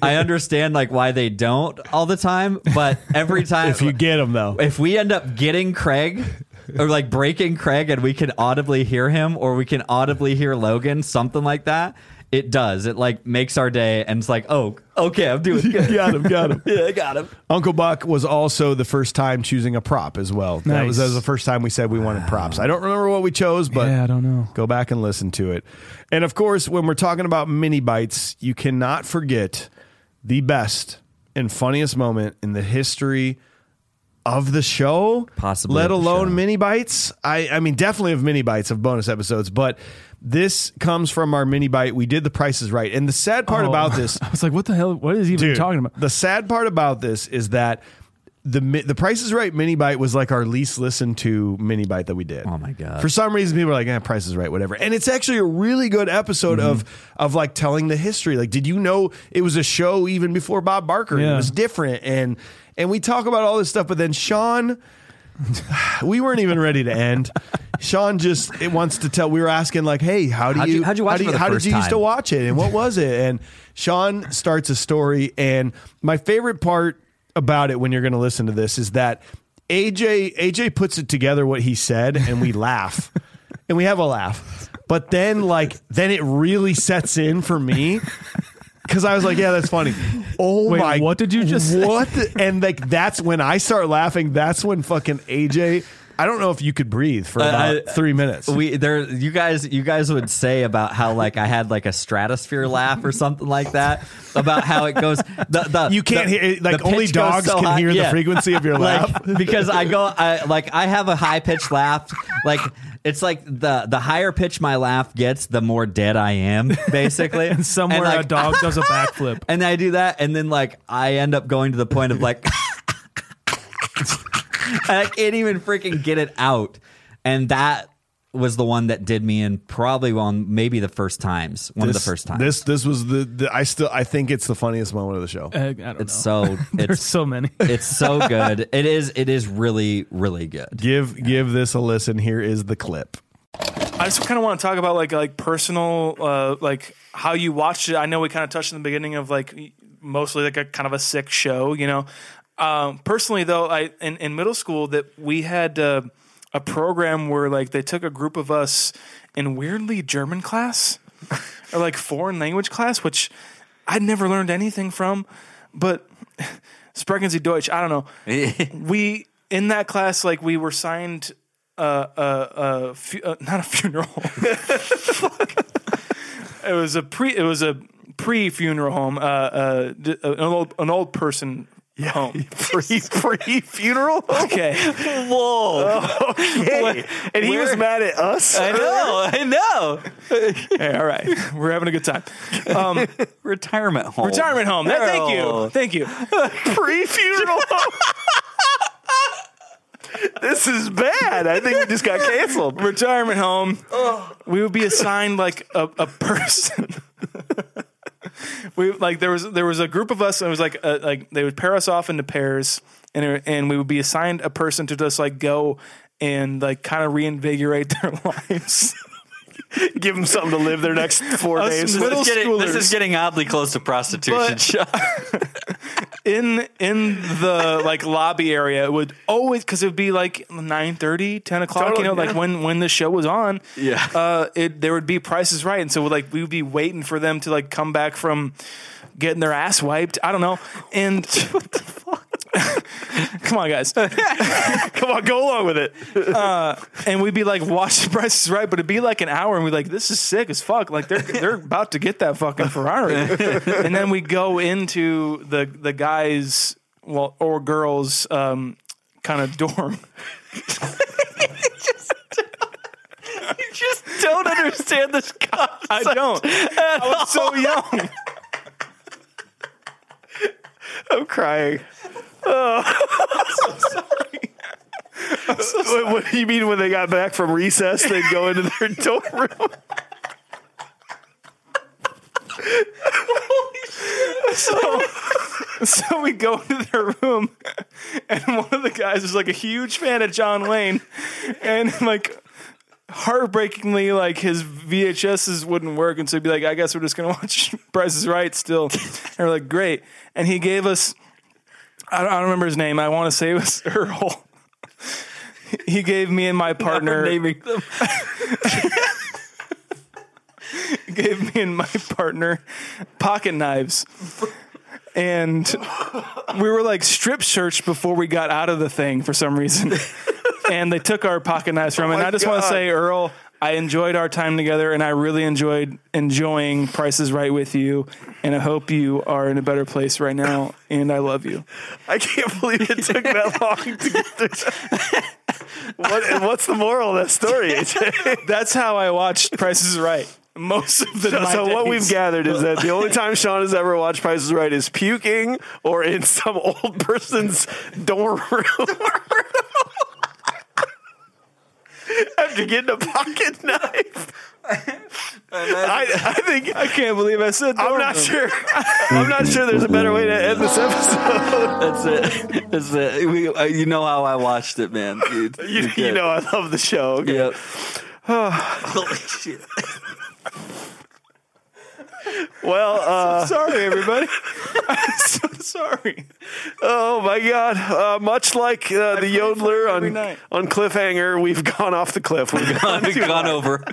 Speaker 3: I understand like why they don't all the time, but every time
Speaker 11: if you get them though
Speaker 3: if we end up getting Craig, or like breaking Craig and we can audibly hear him or we can audibly hear Logan, something like that. It does. It like makes our day and it's like, oh, okay, I'm doing good.
Speaker 11: got him, got him.
Speaker 3: yeah, I got him.
Speaker 11: Uncle Buck was also the first time choosing a prop as well. That, was, that
Speaker 2: Nice.
Speaker 11: was the first time we said we wanted props. I don't remember what we chose, but
Speaker 2: Yeah, I don't know.
Speaker 11: Go back and listen to it. And of course, when we're talking about mini bites, you cannot forget the best and funniest moment in the history of the show,
Speaker 3: Possibly
Speaker 11: let
Speaker 3: of the
Speaker 11: alone
Speaker 3: show.
Speaker 11: mini bites. I, I mean, definitely of mini bites of bonus episodes, but this comes from our mini bite. We did the prices right, and the sad part
Speaker 2: Oh.
Speaker 11: about this
Speaker 2: I was like, what the hell? What is he even
Speaker 11: Dude,
Speaker 2: talking about?
Speaker 11: The sad part about this is that the mi- the Price is Right mini bite was like our least listened to mini bite that we did.
Speaker 3: Oh my God.
Speaker 11: For some reason, people are like, "Eh, Price is Right, whatever." And it's actually a really good episode
Speaker 3: Mm-hmm.
Speaker 11: of of like telling the history. Like, did you know it was a show even before Bob Barker? It
Speaker 2: Yeah.
Speaker 11: was different, and and we talk about all this stuff, but then Sean. We weren't even ready to end. Sean just it wants to tell. We were asking like, "Hey, how do
Speaker 3: How'd
Speaker 11: you
Speaker 3: you- how'd you watch
Speaker 11: how
Speaker 3: it for the
Speaker 11: how
Speaker 3: first
Speaker 11: did you used to
Speaker 3: time?"
Speaker 11: watch?" watch it and what was it? And Sean starts a story. And my favorite part about it when you're going to listen to this is that AJ AJ puts it together what he said and we laugh and we have a laugh. But then like then it really sets in for me. Cause I was like, yeah, that's funny. Oh
Speaker 2: Wait,
Speaker 11: my!
Speaker 2: what did you just say?
Speaker 11: What? the- and like, that's when I start laughing. That's when fucking AJ. I don't know if you could breathe for about
Speaker 3: I-
Speaker 11: three minutes.
Speaker 3: We there you guys you guys would say about how like I had like a stratosphere laugh or something like that about how it goes the, the
Speaker 11: you can't
Speaker 3: the-
Speaker 11: hear it, like
Speaker 3: the
Speaker 11: only
Speaker 3: pitch goes
Speaker 11: dogs
Speaker 3: so
Speaker 11: can
Speaker 3: high.
Speaker 11: hear the
Speaker 3: Yeah.
Speaker 11: frequency of your laugh.
Speaker 3: like because I go I like I have a high pitched laugh like it's like the the higher pitch my laugh gets the more dead I am basically
Speaker 2: And somewhere
Speaker 3: like,
Speaker 2: a dog does a backflip.
Speaker 3: and I do that and then like I end up going to the point of like and I can't even freaking get it out and that was the one that did me in probably one maybe the first times one of
Speaker 11: This-
Speaker 3: the first times
Speaker 11: This this was the, the I still I think it's the funniest moment of the show.
Speaker 2: Uh, I don't
Speaker 3: it's
Speaker 2: know.
Speaker 3: so
Speaker 2: There's
Speaker 3: it's
Speaker 2: so many.
Speaker 3: it's so good it is it is really really good
Speaker 11: Give give this a listen. Here is the clip.
Speaker 6: I just kind of want to talk about like like personal uh, like how you watched it. I know we kind of touched in the beginning of like mostly like a kind of a sick show, you know. Um, personally, though, I in, in middle school that we had uh, a program where like they took a group of us in weirdly German class or like foreign language class, which I'd never learned anything from, but sprechen Sie Deutsch. I don't know. we in that class like we were signed uh, uh, uh, fu- uh, not a funeral. it was a pre. It was a pre-funeral home. Uh, uh, d- uh, an old an old person home.
Speaker 8: Pre pre funeral.
Speaker 6: Okay.
Speaker 8: Oh, Hey, and he was mad at us.
Speaker 10: I know, I know.
Speaker 6: Hey, all right. We're having a good time. Um,
Speaker 10: Retirement home.
Speaker 6: Retirement home. That- thank you.
Speaker 10: Funeral.
Speaker 6: Thank you.
Speaker 8: Pre funeral. this is bad. I think we just got canceled.
Speaker 6: Retirement home. We would be assigned like a, a person. we like there was there was a group of us and it was like uh like they would pair us off into pairs and it- and we would be assigned a person to just like go and like kind of reinvigorate their lives.
Speaker 8: Give them something to live their next four
Speaker 6: Us
Speaker 8: days.
Speaker 6: middle
Speaker 8: Let's get it-
Speaker 6: schoolers.
Speaker 10: This is getting oddly close to prostitution.
Speaker 6: But-
Speaker 10: Sean.
Speaker 6: in in the like lobby area it would always because it would be like 9 10 o'clock
Speaker 8: Totally,
Speaker 6: you know
Speaker 8: yeah.
Speaker 6: like when when the show was on
Speaker 10: Yeah.
Speaker 6: uh it there would be prices right and so like we would be waiting for them to like come back from getting their ass wiped i don't know and what the fuck come on guys
Speaker 8: Come on, go along with it.
Speaker 6: and we'd be like watching prices right but it'd be like an hour and we'd be like this is sick as fuck like they're they're about to get that fucking ferrari and then we go into the the guys well or girls um kind of dorm
Speaker 10: just don't understand this concept.
Speaker 6: I don't. I was so young.
Speaker 8: I'm crying. Oh. Wait, what do you mean when they got back from recess, they'd go into their dorm room?
Speaker 6: So we go into their room, and one of the guys is like a huge fan of John Wayne, and like heartbreakingly, like his VHSs wouldn't work, and so he'd be like, "I guess we're just gonna watch Price is Right still." And we're like, "Great!" And he gave us, I don't, I don't remember his name. I want to say it was Earl. he gave me and my partner
Speaker 10: naming them.
Speaker 6: gave me and my partner pocket knives. And we were like strip searched before we got out of the thing for some reason. and they took our pocket knives from
Speaker 8: Oh
Speaker 6: it. And I just want
Speaker 1: God.
Speaker 6: to say, Earl, I enjoyed our time together and I really enjoyed enjoying Price is Right with you. And I hope you are in a better place right now. And I love you.
Speaker 8: I can't believe it took that long to get this. What, and what's the moral of that story?
Speaker 6: That's how I watched Price is Right most of the
Speaker 8: so
Speaker 6: my
Speaker 8: what
Speaker 6: days.
Speaker 8: we've gathered is that the only time Sean has ever watched Price is Right is puking or in some old person's dorm room. After getting a pocket knife. I, I think
Speaker 6: I can't believe I said
Speaker 8: I'm
Speaker 6: dorm
Speaker 8: not
Speaker 6: room.
Speaker 8: sure. I'm not sure there's a better way to end this episode.
Speaker 10: That's it. That's it. We, uh, you know how I watched it, man. You,
Speaker 8: You, you know I love the show. Okay.
Speaker 10: Yep. Holy shit.
Speaker 8: Well, uh,
Speaker 6: Sorry, everybody. I'm so sorry.
Speaker 8: Oh my God! Uh, much like uh, the yodeler
Speaker 6: every
Speaker 8: on
Speaker 6: night.
Speaker 8: on cliffhanger, we've gone off the cliff. We've gone
Speaker 10: We've
Speaker 8: too
Speaker 10: gone
Speaker 8: high.
Speaker 10: over.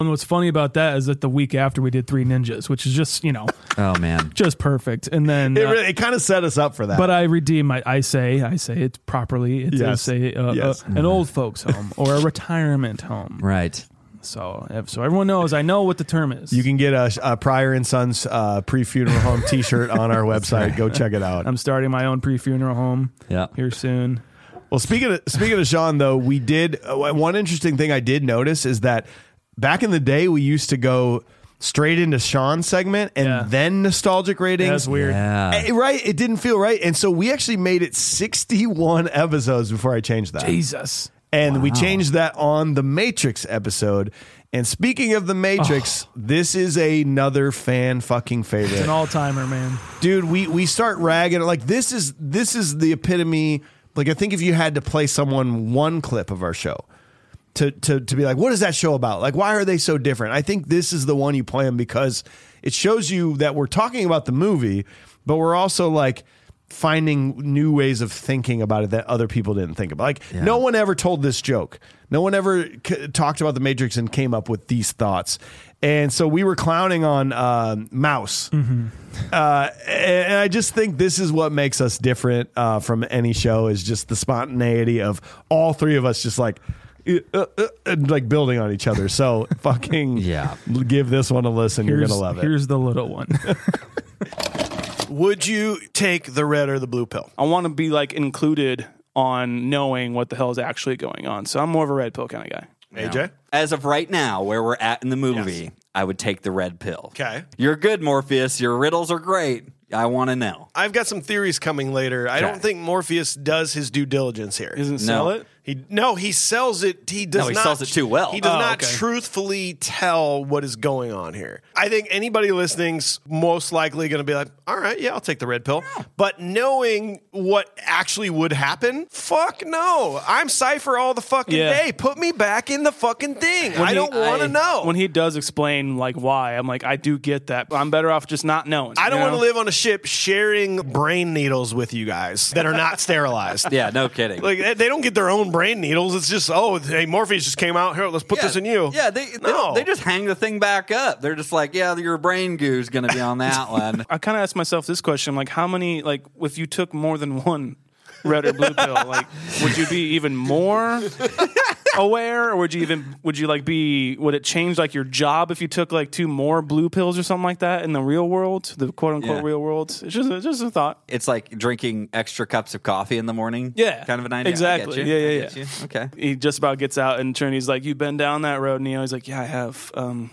Speaker 2: And what's funny about that is that the week after we did Three Ninjas, which is just you know
Speaker 3: Oh man.
Speaker 2: just perfect, and then
Speaker 11: It,
Speaker 2: uh,
Speaker 11: really, it kind of set us up for that.
Speaker 3: uh,
Speaker 2: But I redeem my. I say. I say it properly. It's
Speaker 11: Yes.
Speaker 2: a, uh,
Speaker 11: Yes.
Speaker 2: uh, an old folks' home or a retirement home.
Speaker 3: Right.
Speaker 2: So, if- so everyone knows. I know what the term is.
Speaker 11: you can get a, a Pryor and Sons uh, pre-funeral home T-shirt on our website. Go check it out.
Speaker 2: I'm starting my own pre-funeral home
Speaker 3: Yeah.
Speaker 2: here soon.
Speaker 11: Well, speaking of, speaking of Sean, though, we did uh, one interesting thing I did notice is that back in the day we used to go straight into Sean's segment and
Speaker 2: Yeah.
Speaker 11: then nostalgic ratings.
Speaker 2: That's weird.
Speaker 3: Yeah.
Speaker 11: Eh, right, it didn't feel right, and so we actually made it 61 episodes before I changed that,
Speaker 2: Jesus.
Speaker 11: and we changed that on the Matrix episode. And speaking of the Matrix, this is another fan fucking favorite
Speaker 2: An all-timer, man.
Speaker 11: dude we we start ragging like this is this is the epitome like i think if you had to play someone one clip of our show to to to be like what is that show about like why are they so different i think this is the one you play them because it shows you that we're talking about the movie but we're also like finding new ways of thinking about it that other people didn't think about like no one ever told this joke no one ever c- talked about the matrix and came up with these thoughts and so we were clowning on um mouse uh, and and I just think this is what makes us different uh, from any show is just the spontaneity of all three of us just like uh, uh, uh, and, like building on each other. So fucking
Speaker 3: Yeah.
Speaker 11: give this one a listen. You're
Speaker 2: Here's-
Speaker 11: gonna love it.
Speaker 2: Here's the little one.
Speaker 1: Would you take the red or the blue pill?
Speaker 6: I want to be like included on knowing what the hell is actually going on. So I'm more of a red pill kind of guy.
Speaker 1: AJ?
Speaker 10: As of right now, where we're at in the movie, I would take the red pill.
Speaker 1: 'Kay.
Speaker 10: You're good, Morpheus. Your riddles are great. I want to know.
Speaker 1: I've got some theories coming later. I don't think Morpheus does his due diligence here.
Speaker 6: Isn't sell it?
Speaker 1: He no, he sells it. He does
Speaker 10: No, he
Speaker 1: not
Speaker 10: sells it too well.
Speaker 1: He does
Speaker 6: Oh,
Speaker 1: not
Speaker 6: okay.
Speaker 1: truthfully tell what is going on here. I think anybody listening's most likely going to be like, "All right, yeah, I'll take the red pill," but knowing what actually would happen, fuck no. I'm Cipher all the fucking
Speaker 6: Yeah.
Speaker 1: day. Put me back in the fucking thing. I
Speaker 6: he-
Speaker 1: don't want
Speaker 10: I-
Speaker 1: to know.
Speaker 6: When he does explain like why, I'm like, I do get that. but I'm better off just not knowing.
Speaker 1: I don't
Speaker 6: you know?
Speaker 1: want to live on a ship sharing brain needles with you guys that are not sterilized.
Speaker 10: Yeah, no kidding.
Speaker 1: Like they they don't get their own brain needles. It's just oh, hey, Morpheus just came out here. Let's put
Speaker 10: yeah,
Speaker 1: this in you.
Speaker 10: Yeah, they, they,
Speaker 1: No.
Speaker 10: don't- they just hang the thing back up. They're just like, yeah, your brain goo's going to be on that one.
Speaker 6: I kind of ask myself this question: like, how many? Like, if you took more than one red or blue pill, like, would you be even more aware, or would you even would you like be? Would it change like your job if you took like two more blue pills or something like that in the real world, the quote unquote
Speaker 10: Yeah.
Speaker 6: real world? It's just it's just a thought.
Speaker 10: It's like drinking extra cups of coffee in the morning.
Speaker 6: Yeah,
Speaker 10: Kind of an idea. I
Speaker 6: exactly.
Speaker 10: get you.
Speaker 6: Yeah, yeah,
Speaker 10: I
Speaker 6: yeah.
Speaker 10: get you. Okay.
Speaker 6: He just about gets out, and Trinity's like, "You've been down that road, Neo." He's like, "Yeah, I have." Um,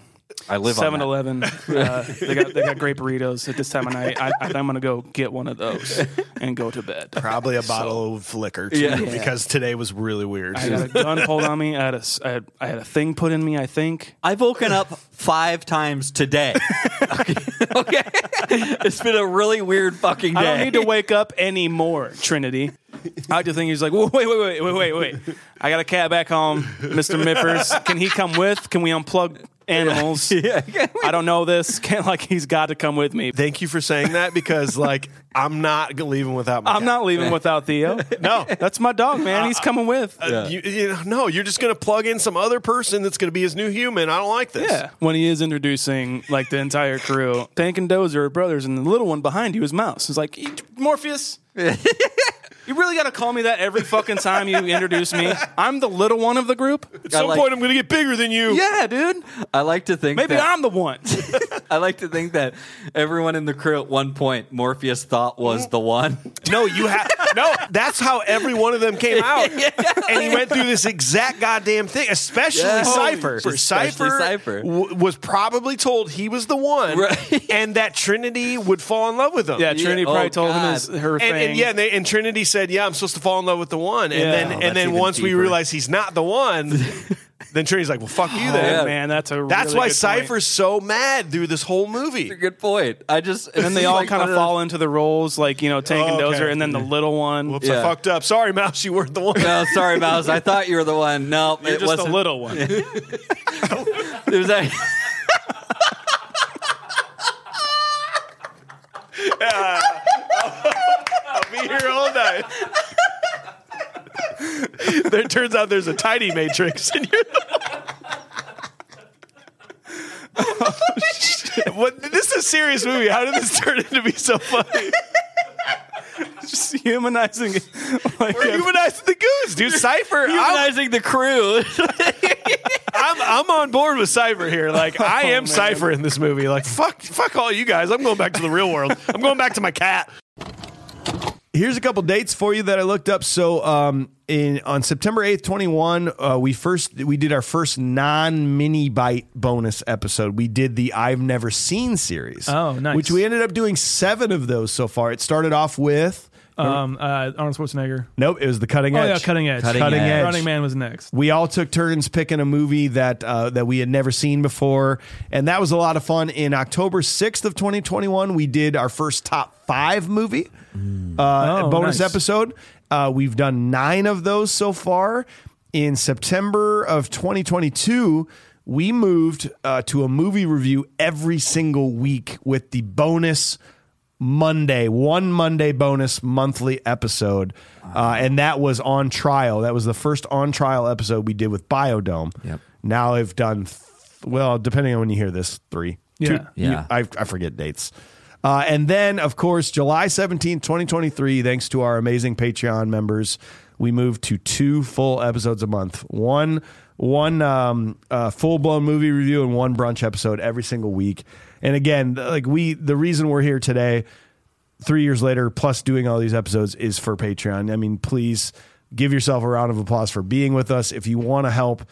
Speaker 10: I live on
Speaker 6: Seven
Speaker 10: that.
Speaker 6: Eleven. Uh, they got they got great burritos at this time of night. I, I, I'm gonna go get one of those and go to bed.
Speaker 1: Probably a bottle of liquor too,
Speaker 10: Yeah.
Speaker 1: because today was really weird.
Speaker 6: I had a gun pulled on me. I had a, s- I had, I had a thing put in me. I think.
Speaker 10: I've woken up five times today. okay. okay. It's been a really weird fucking day.
Speaker 6: I don't need to wake up anymore, Trinity. I like to think he's like, "Whoa, wait, wait, wait, wait, wait, wait. I got a cab back home, Mister Mippers. Can he come with? Can we unplug animals. I don't know this. Can't like he's got to come with me.
Speaker 1: Thank you for saying that because like I'm not leaving without my
Speaker 6: I'm
Speaker 1: cat.
Speaker 6: not leaving without Theo.
Speaker 1: No.
Speaker 6: That's my dog, man. He's coming with.
Speaker 1: Uh, you, you know, no, you're just going to plug in some other person that's going to be his new human. I don't like this.
Speaker 6: Yeah, when he is introducing like the entire crew, Tank and Dozer are brothers, and the little one behind you is Mouse. He's like, "E- Morpheus, you really got to call me that every fucking time you introduce me. I'm the little one of the group.
Speaker 1: At some
Speaker 10: like-
Speaker 1: point, I'm going to get bigger than you.
Speaker 6: Yeah, dude.
Speaker 10: I like to think
Speaker 6: Maybe
Speaker 10: that,
Speaker 6: I'm the one.
Speaker 10: I like to think that everyone in the crew at one point Morpheus thought was the one.
Speaker 1: No, you have no. That's how every one of them came out, and he went through this exact goddamn thing. Especially
Speaker 10: Yeah.
Speaker 1: Cipher.
Speaker 10: Especially
Speaker 1: Cipher,
Speaker 10: Cypher.
Speaker 1: W- was probably told he was the one, and that Trinity would fall in love with him.
Speaker 6: Yeah, Trinity
Speaker 10: oh,
Speaker 6: probably told him
Speaker 10: God.
Speaker 6: his, her
Speaker 1: And,
Speaker 6: thing.
Speaker 1: and yeah, and, they, and Trinity said, "Yeah, I'm supposed to fall in love with the one," and
Speaker 6: Yeah.
Speaker 1: then
Speaker 6: Oh,
Speaker 10: that's
Speaker 1: and then
Speaker 10: even
Speaker 1: once we
Speaker 10: deeper.
Speaker 1: realize he's not the one, then Trinity's like, "Well, fuck you,
Speaker 6: Oh,
Speaker 1: then."
Speaker 6: man, that's a.
Speaker 1: That's
Speaker 6: really
Speaker 1: why
Speaker 6: good
Speaker 1: Cypher's
Speaker 6: point.
Speaker 1: so mad through this whole movie.
Speaker 10: Good point. I just
Speaker 6: And then they all kind of fall into the roles, like you know, Tank and
Speaker 1: Oh, okay.
Speaker 6: Dozer, and then the little one.
Speaker 1: Whoops, I
Speaker 10: Yeah.
Speaker 1: fucked up. Sorry, Mouse, you weren't the one.
Speaker 10: No, sorry, Mouse. I thought you were the one. No,
Speaker 6: You're
Speaker 10: it
Speaker 6: just the
Speaker 10: wasn't.
Speaker 6: little one.
Speaker 10: it was like-
Speaker 1: be here all night. there turns out there's a tiny matrix in your. what, this is a serious movie. How did this turn into be so funny?
Speaker 6: Just humanizing. it. Like,
Speaker 1: We're humanizing the goose, dude. Cipher, I'm,
Speaker 10: humanizing the crew.
Speaker 1: I'm I'm on board with Cipher here. Like I am Cipher in this movie. Like fuck fuck all you guys. I'm going back to the real world. I'm going back to my cat.
Speaker 11: Here's a couple dates for you that I looked up. So, um, in on September eighth, twenty one, uh, we first we did our first non mini bite bonus episode. We did the I've never seen series.
Speaker 2: Oh, nice.
Speaker 11: Which we ended up doing seven of those so far. It started off with
Speaker 2: Um, uh, Arnold Schwarzenegger.
Speaker 11: nope, it was the cutting
Speaker 2: Oh
Speaker 11: edge.
Speaker 2: yeah, cutting edge.
Speaker 11: Cutting, edge.
Speaker 2: Running Man was next.
Speaker 11: We all took turns picking a movie that uh, that we had never seen before, and that was a lot of fun. In October sixth of twenty twenty one, we did our first top five movie uh,
Speaker 2: Oh,
Speaker 11: bonus
Speaker 2: nice.
Speaker 11: episode. Uh, we've done nine of those so far. In September of twenty twenty two. We moved uh, to a movie review every single week with the bonus Monday, one Monday bonus monthly episode. Uh, and that was on trial. That was the first on trial episode we did with Biodome.
Speaker 3: Yep.
Speaker 11: Now I've done, th- well, depending on when you hear this, three.
Speaker 2: Yeah.
Speaker 11: you-
Speaker 3: Yeah.
Speaker 11: I, I forget dates. Uh, and then, of course, July seventeenth, 2023, thanks to our amazing Patreon members, we moved to two full episodes a month. One one um, uh, full blown movie review and one brunch episode every single week. And again, th- like we, the reason we're here today three years later, plus doing all these episodes, is for Patreon. I mean, please give yourself a round of applause for being with us. If you want to help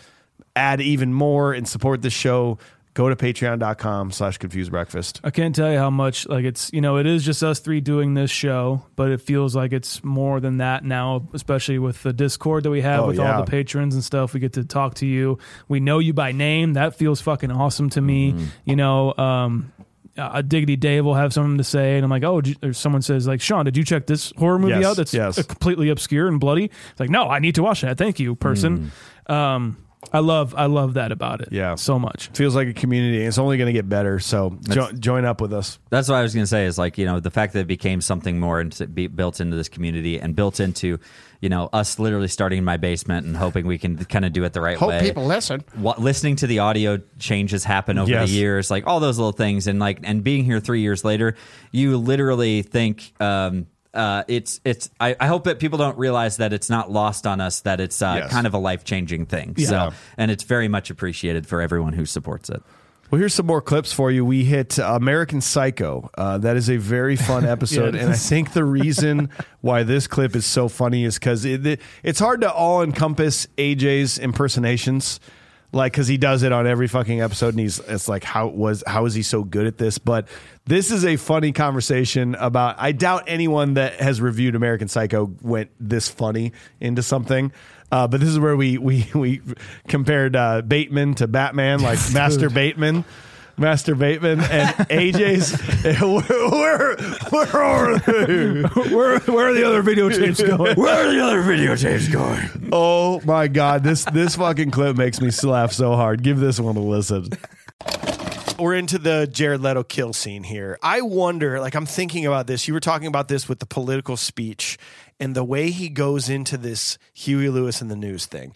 Speaker 11: add even more and support the show, go to patreon.com slash confused breakfast.
Speaker 2: I can't tell you how much like it's you know it is just us three doing this show, but it feels like it's more than that now, especially with the Discord that we have
Speaker 11: Oh,
Speaker 2: with
Speaker 11: yeah.
Speaker 2: all the patrons and stuff. We get to talk to you. We know you by name. That feels fucking awesome to me.
Speaker 11: Mm-hmm.
Speaker 2: You know, um, uh, Diggity Dave will have something to say, and I'm like, oh, did you- or someone says like, Sean, did you check this horror movie
Speaker 11: Yes,
Speaker 2: out? That's
Speaker 11: yes.
Speaker 2: uh, completely obscure and bloody. It's like, no, I need to watch that. Thank you, person. Um, I love I love that about it.
Speaker 11: Mm. Yeah.
Speaker 2: so much.
Speaker 11: Feels like a community. and It's only going to get better. So jo- join up with us.
Speaker 3: That's what I was going to say is like, you know, the fact that it became something more into, be, built into this community and built into, you know, us literally starting in my basement and hoping we can kind of do it the right way.
Speaker 11: listen.
Speaker 3: What, listening to the audio changes happen over
Speaker 11: Yes.
Speaker 3: the years, like all those little things. And like, and being here three years later, you literally think, um, uh, it's it's. I, I hope that people don't realize that it's not lost on us that it's uh,
Speaker 11: Yes.
Speaker 3: kind of a life changing thing.
Speaker 11: Yeah.
Speaker 3: So, and it's very much appreciated for everyone who supports it.
Speaker 11: Well, here's some more clips for you. We hit uh, American Psycho. Uh, that is a very fun episode, and I think the reason why this clip is so funny is because it, it- it's hard to all encompass AJ's impersonations, like because he does it on every fucking episode, and he's it's like how was how is he so good at this? But this is a funny conversation about. I doubt anyone that has reviewed American Psycho went this funny into something. Uh, but this is where we we we compared uh, Bateman to Batman, like Master Bateman, Master Bateman, and AJ's. where, where, where are they? where where are the other videotapes going?
Speaker 3: Where are the other videotapes going?
Speaker 11: Oh my god, this this fucking clip makes me laugh so hard. Give this one a listen. we're into the Jared Leto kill scene here. I wonder, like, I'm thinking about this. You were talking about this with the political speech and the way he goes into this Huey Lewis and the news thing.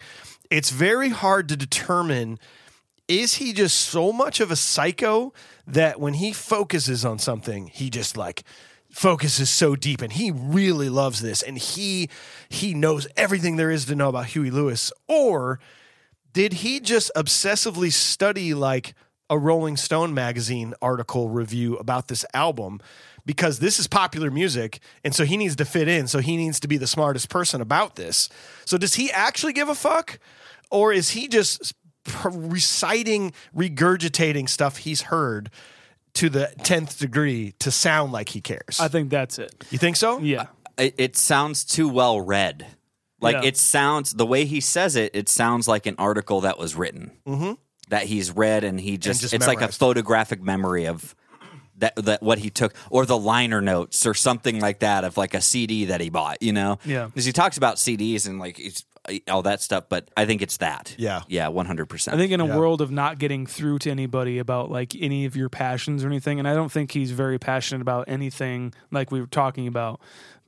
Speaker 11: It's very hard to determine is he just so much of a psycho that when he focuses on something, he just like focuses so deep and he really loves this and he he knows everything there is to know about Huey Lewis or did he just obsessively study like a Rolling Stone magazine article review about this album because this is popular music and so he needs to fit in so he needs to be the smartest person about this. So does he actually give a fuck or is he just reciting regurgitating stuff he's heard to the 10th degree to sound like he cares?
Speaker 6: I think that's it.
Speaker 11: you think so?
Speaker 6: Yeah.
Speaker 3: it, it sounds too well read. Like
Speaker 6: Yeah.
Speaker 3: it sounds the way he says it, it sounds like an article that was written mm-hmm. that he's read, and he just,
Speaker 11: just
Speaker 3: it's like a
Speaker 11: memorized.
Speaker 3: photographic memory of that that what he took, or the liner notes, or something like that of like a CD that he bought. You know,
Speaker 6: Yeah.
Speaker 3: because he talks about CDs and like he's, all that stuff, but I think it's that.
Speaker 11: Yeah.
Speaker 3: yeah, one hundred percent.
Speaker 6: I think in a world of not getting through to anybody about like any of your passions or anything, and I don't think he's very passionate about anything like we were talking about.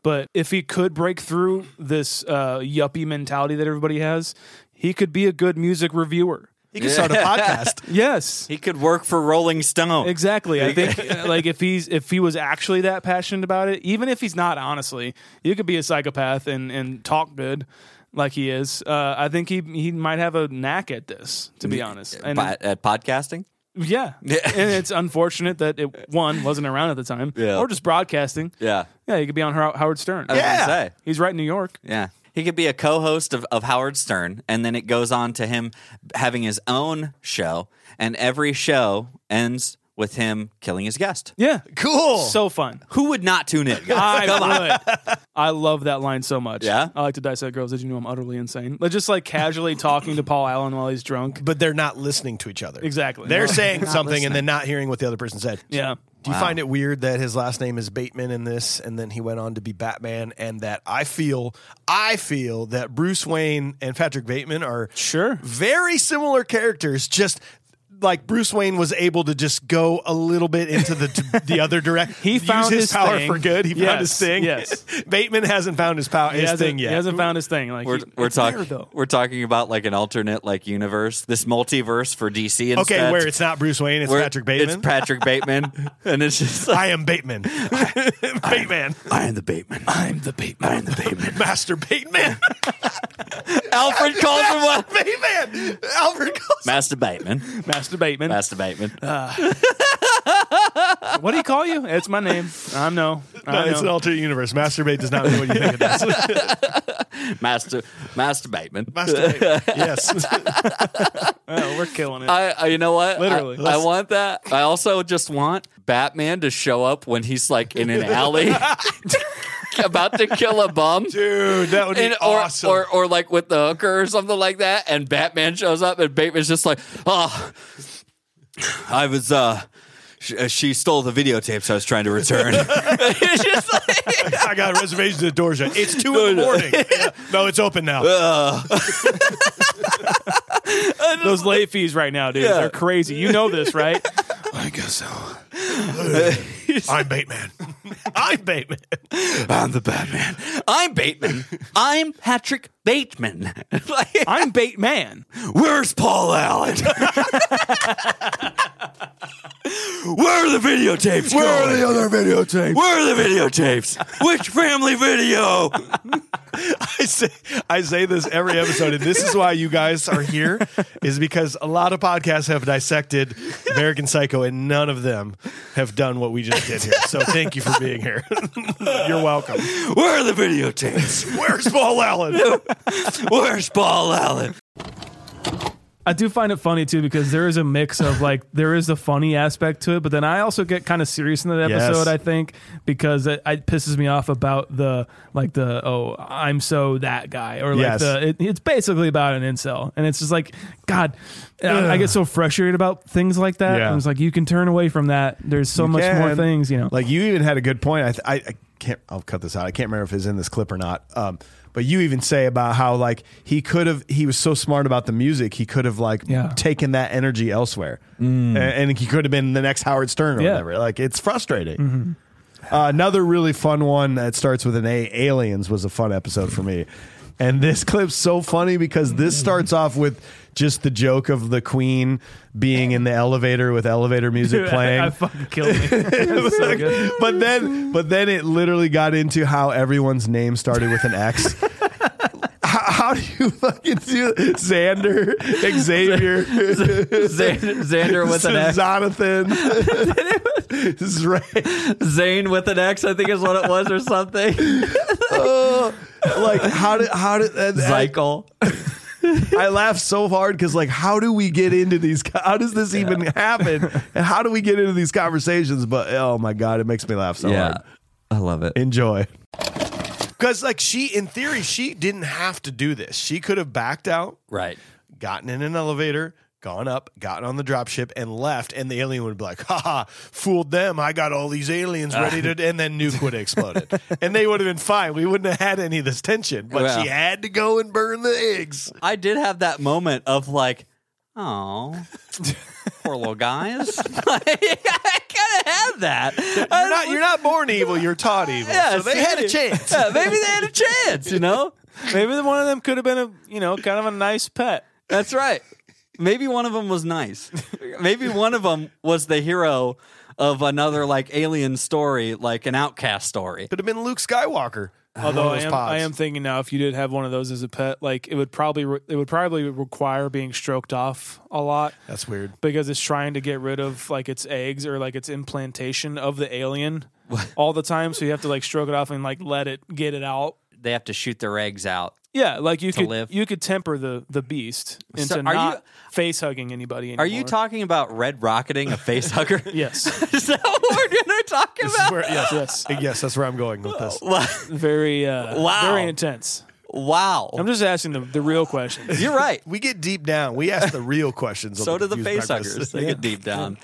Speaker 6: But if he could break through this uh, yuppie mentality that everybody has, he could be a good music reviewer.
Speaker 11: He could start a podcast.
Speaker 6: Yes,
Speaker 3: he could work for Rolling Stone.
Speaker 6: exactly. I think uh, like if he's if he was actually that passionate about it, even if he's not, honestly, you could be a psychopath and and talk good. Like he is, uh, I think he he might have a knack at this. To be honest, and
Speaker 3: But at podcasting,
Speaker 6: Yeah. and it's unfortunate that it one wasn't around at the time,
Speaker 3: Yeah.
Speaker 6: or just broadcasting.
Speaker 3: yeah,
Speaker 6: Yeah, he could be on Har- Howard Stern.
Speaker 3: I was gonna
Speaker 11: Yeah.
Speaker 3: say.
Speaker 6: He's right in New York.
Speaker 3: Yeah. He could be a co host of, of Howard Stern, and then it goes on to him having his own show, and every show ends with him killing his guest.
Speaker 6: Yeah.
Speaker 11: cool.
Speaker 6: So fun.
Speaker 3: Who would not tune in? guys?
Speaker 6: I would. I love that line so much.
Speaker 3: Yeah?
Speaker 6: I like to dissect girls. Did you know I'm utterly insane? Like just like casually talking to Paul Allen while he's drunk.
Speaker 11: but they're not listening to each other.
Speaker 6: Exactly.
Speaker 11: They're
Speaker 6: No.
Speaker 11: saying something and then not hearing what the other person said.
Speaker 6: Yeah.
Speaker 11: Do you find it weird that his last name is Bateman in this and then he went on to be Batman and that I feel I feel that Bruce Wayne and Patrick Bateman are
Speaker 6: Sure.
Speaker 11: very similar characters just like Bruce Wayne was able to just go a little bit into the the other direction.
Speaker 6: He found
Speaker 11: his,
Speaker 6: his
Speaker 11: power
Speaker 6: thing.
Speaker 11: for good. He
Speaker 6: Yes,
Speaker 11: found his thing.
Speaker 6: yes.
Speaker 11: Bateman hasn't found his power
Speaker 6: He
Speaker 11: his
Speaker 6: hasn't,
Speaker 11: thing yet.
Speaker 6: he hasn't found his thing. Like
Speaker 3: We're,
Speaker 6: he-
Speaker 3: we're
Speaker 6: it's there,
Speaker 3: talking
Speaker 6: though.
Speaker 3: we're talking about like an alternate like universe, this multiverse for DC instead.
Speaker 11: okay, where it's not Bruce Wayne, it's
Speaker 3: where
Speaker 11: Patrick Bateman.
Speaker 3: It's Patrick Bateman, and it's just like,
Speaker 11: I am Bateman. Bateman.
Speaker 3: I am the Bateman. I'm the Bateman. I'm the Bateman.
Speaker 11: Master Bateman.
Speaker 3: Alfred calls him one.
Speaker 11: Bateman. Alfred calls.
Speaker 3: Master Bateman.
Speaker 6: Master Bateman.
Speaker 3: Master Bateman.
Speaker 6: What do you call you? It's my name. I know. I
Speaker 11: No,
Speaker 6: know.
Speaker 11: it's an alternate universe. Masturbate does not mean what you think it does.
Speaker 3: Master Master Bateman.
Speaker 11: Masturbate. Yes.
Speaker 6: Oh, we're killing it.
Speaker 3: I, I you know what?
Speaker 6: Literally.
Speaker 3: I, I want that. I also just want Batman to show up when he's like in an alley about to kill a bum.
Speaker 11: Dude, that would be
Speaker 3: And- or,
Speaker 11: awesome.
Speaker 3: or or like with the hooker or something like that, and Batman shows up, and Bateman's just like, "Oh, I was uh, sh- uh, she stole the videotapes I was trying to return." it's just like,
Speaker 11: I got reservations at doors. yet. It's two in the morning. No, it's open now.
Speaker 6: Those late fees right now, dude, they're crazy. You know this, right?
Speaker 11: I guess so. I'm Bateman. I'm Bateman.
Speaker 3: I'm the Batman. I'm Bateman. I'm Patrick Bateman. like,
Speaker 6: I'm Bateman.
Speaker 3: Where's Paul Allen? Where are the videotapes? Where are the other videotapes? Where are the videotapes? Which family video?
Speaker 11: I say I say this every episode, and this is why you guys are here, is because a lot of podcasts have dissected American Psycho, and none of them have done what we just did here. So thank you for being here. You're welcome.
Speaker 3: Where are the videotapes?
Speaker 11: Where's Paul Allen?
Speaker 3: Where's Paul Allen?
Speaker 6: I do find it funny too because there is a mix of like there is the funny aspect to it, but then I also get kind of serious in that
Speaker 11: Yes.
Speaker 6: episode. I think because it, it pisses me off about the like the oh I'm so that guy or like
Speaker 11: Yes.
Speaker 6: the it, it's basically about an incel and it's just like God, I, I get so frustrated about things like that.
Speaker 11: Yeah.
Speaker 6: I'm just like you can turn away from that. There's so much more
Speaker 11: can.
Speaker 6: things, you know.
Speaker 11: Like you even had a good point. I, I, I can't I'll cut this out. I can't remember if it's in this clip or not. Um, but you even say about how like he could have he was so smart about the music he could have like
Speaker 12: Yeah. Mm.
Speaker 11: taken that energy elsewhere, and, and he could have been the next Howard Stern or
Speaker 12: Yeah. Mm-hmm.
Speaker 11: whatever. Like it's frustrating. Uh, another really fun one that starts with an A, Aliens, was a fun episode for me. And this clip's so funny because this starts off with just the joke of the Queen being in the elevator with elevator music
Speaker 12: Dude,
Speaker 11: playing.
Speaker 12: I, I fucking killed me. It was so good.
Speaker 11: but then, but then it literally got into how everyone's name started with an X. how, how do you fucking do Xander, Xavier,
Speaker 2: Xan- Xander with an X.
Speaker 11: Jonathan, Zray?
Speaker 2: Zane with an X, I think is what it was, or something.
Speaker 11: like how did how did and- and
Speaker 2: Zykel.
Speaker 11: I laughed so hard because like how do we get into these co- how does this even happen and how do we get into these conversations but oh my god it makes me laugh so
Speaker 2: Yeah.
Speaker 11: hard
Speaker 2: I love it.
Speaker 11: enjoy
Speaker 13: Because like she, in theory, she didn't have to do this. She could have backed out,
Speaker 2: Right.
Speaker 13: gotten in an elevator, gone up, gotten on the dropship, and left. And the alien would be like, "Ha ha, fooled them! I got all these aliens ready to." And then nuke would have exploded, and they would have been fine. We wouldn't have had any of this tension. But
Speaker 3: Well.
Speaker 13: she had to go and burn the eggs.
Speaker 3: I did have that moment of like, oh, poor little guys. Like,
Speaker 2: I kind of had that.
Speaker 13: You're not, you're not born evil. You're taught evil.
Speaker 2: Yeah,
Speaker 13: so they had a
Speaker 2: maybe-
Speaker 13: chance.
Speaker 2: Yeah, maybe they had a chance, you know?
Speaker 6: Maybe one of them could have been a you know kind of a nice pet.
Speaker 2: That's right.
Speaker 3: Maybe one of them was nice. Maybe one of them was the hero of another like alien story, like an outcast story.
Speaker 13: Could have been Luke Skywalker.
Speaker 6: Although
Speaker 13: One of
Speaker 6: I
Speaker 13: those
Speaker 6: am,
Speaker 13: pods.
Speaker 6: I am thinking now, if you did have one of those as a pet, like it would probably re- it would probably require being stroked off a lot
Speaker 13: That's weird.
Speaker 6: because it's trying to get rid of like its eggs or like its implantation of the alien all the time. So you have to like stroke it off and like let it get it out.
Speaker 3: They have to shoot their eggs out.
Speaker 6: Yeah, like you could
Speaker 3: live.
Speaker 6: you could temper the the beast into
Speaker 3: So are
Speaker 6: not
Speaker 3: you-
Speaker 6: face hugging anybody. Anymore.
Speaker 3: Are you talking about red rocketing a face hugger?
Speaker 6: Yes,
Speaker 3: Is that what we're talking about?
Speaker 6: yes, yes.
Speaker 11: yes that's where I'm going with this
Speaker 6: Very uh,
Speaker 3: Wow.
Speaker 6: very intense.
Speaker 3: wow.
Speaker 6: I'm just asking the, the real questions.
Speaker 3: You're right.
Speaker 11: we get deep down we ask the real questions on
Speaker 3: So do the face
Speaker 11: Confused
Speaker 3: huggers.
Speaker 11: Breakfast.
Speaker 3: They get deep down.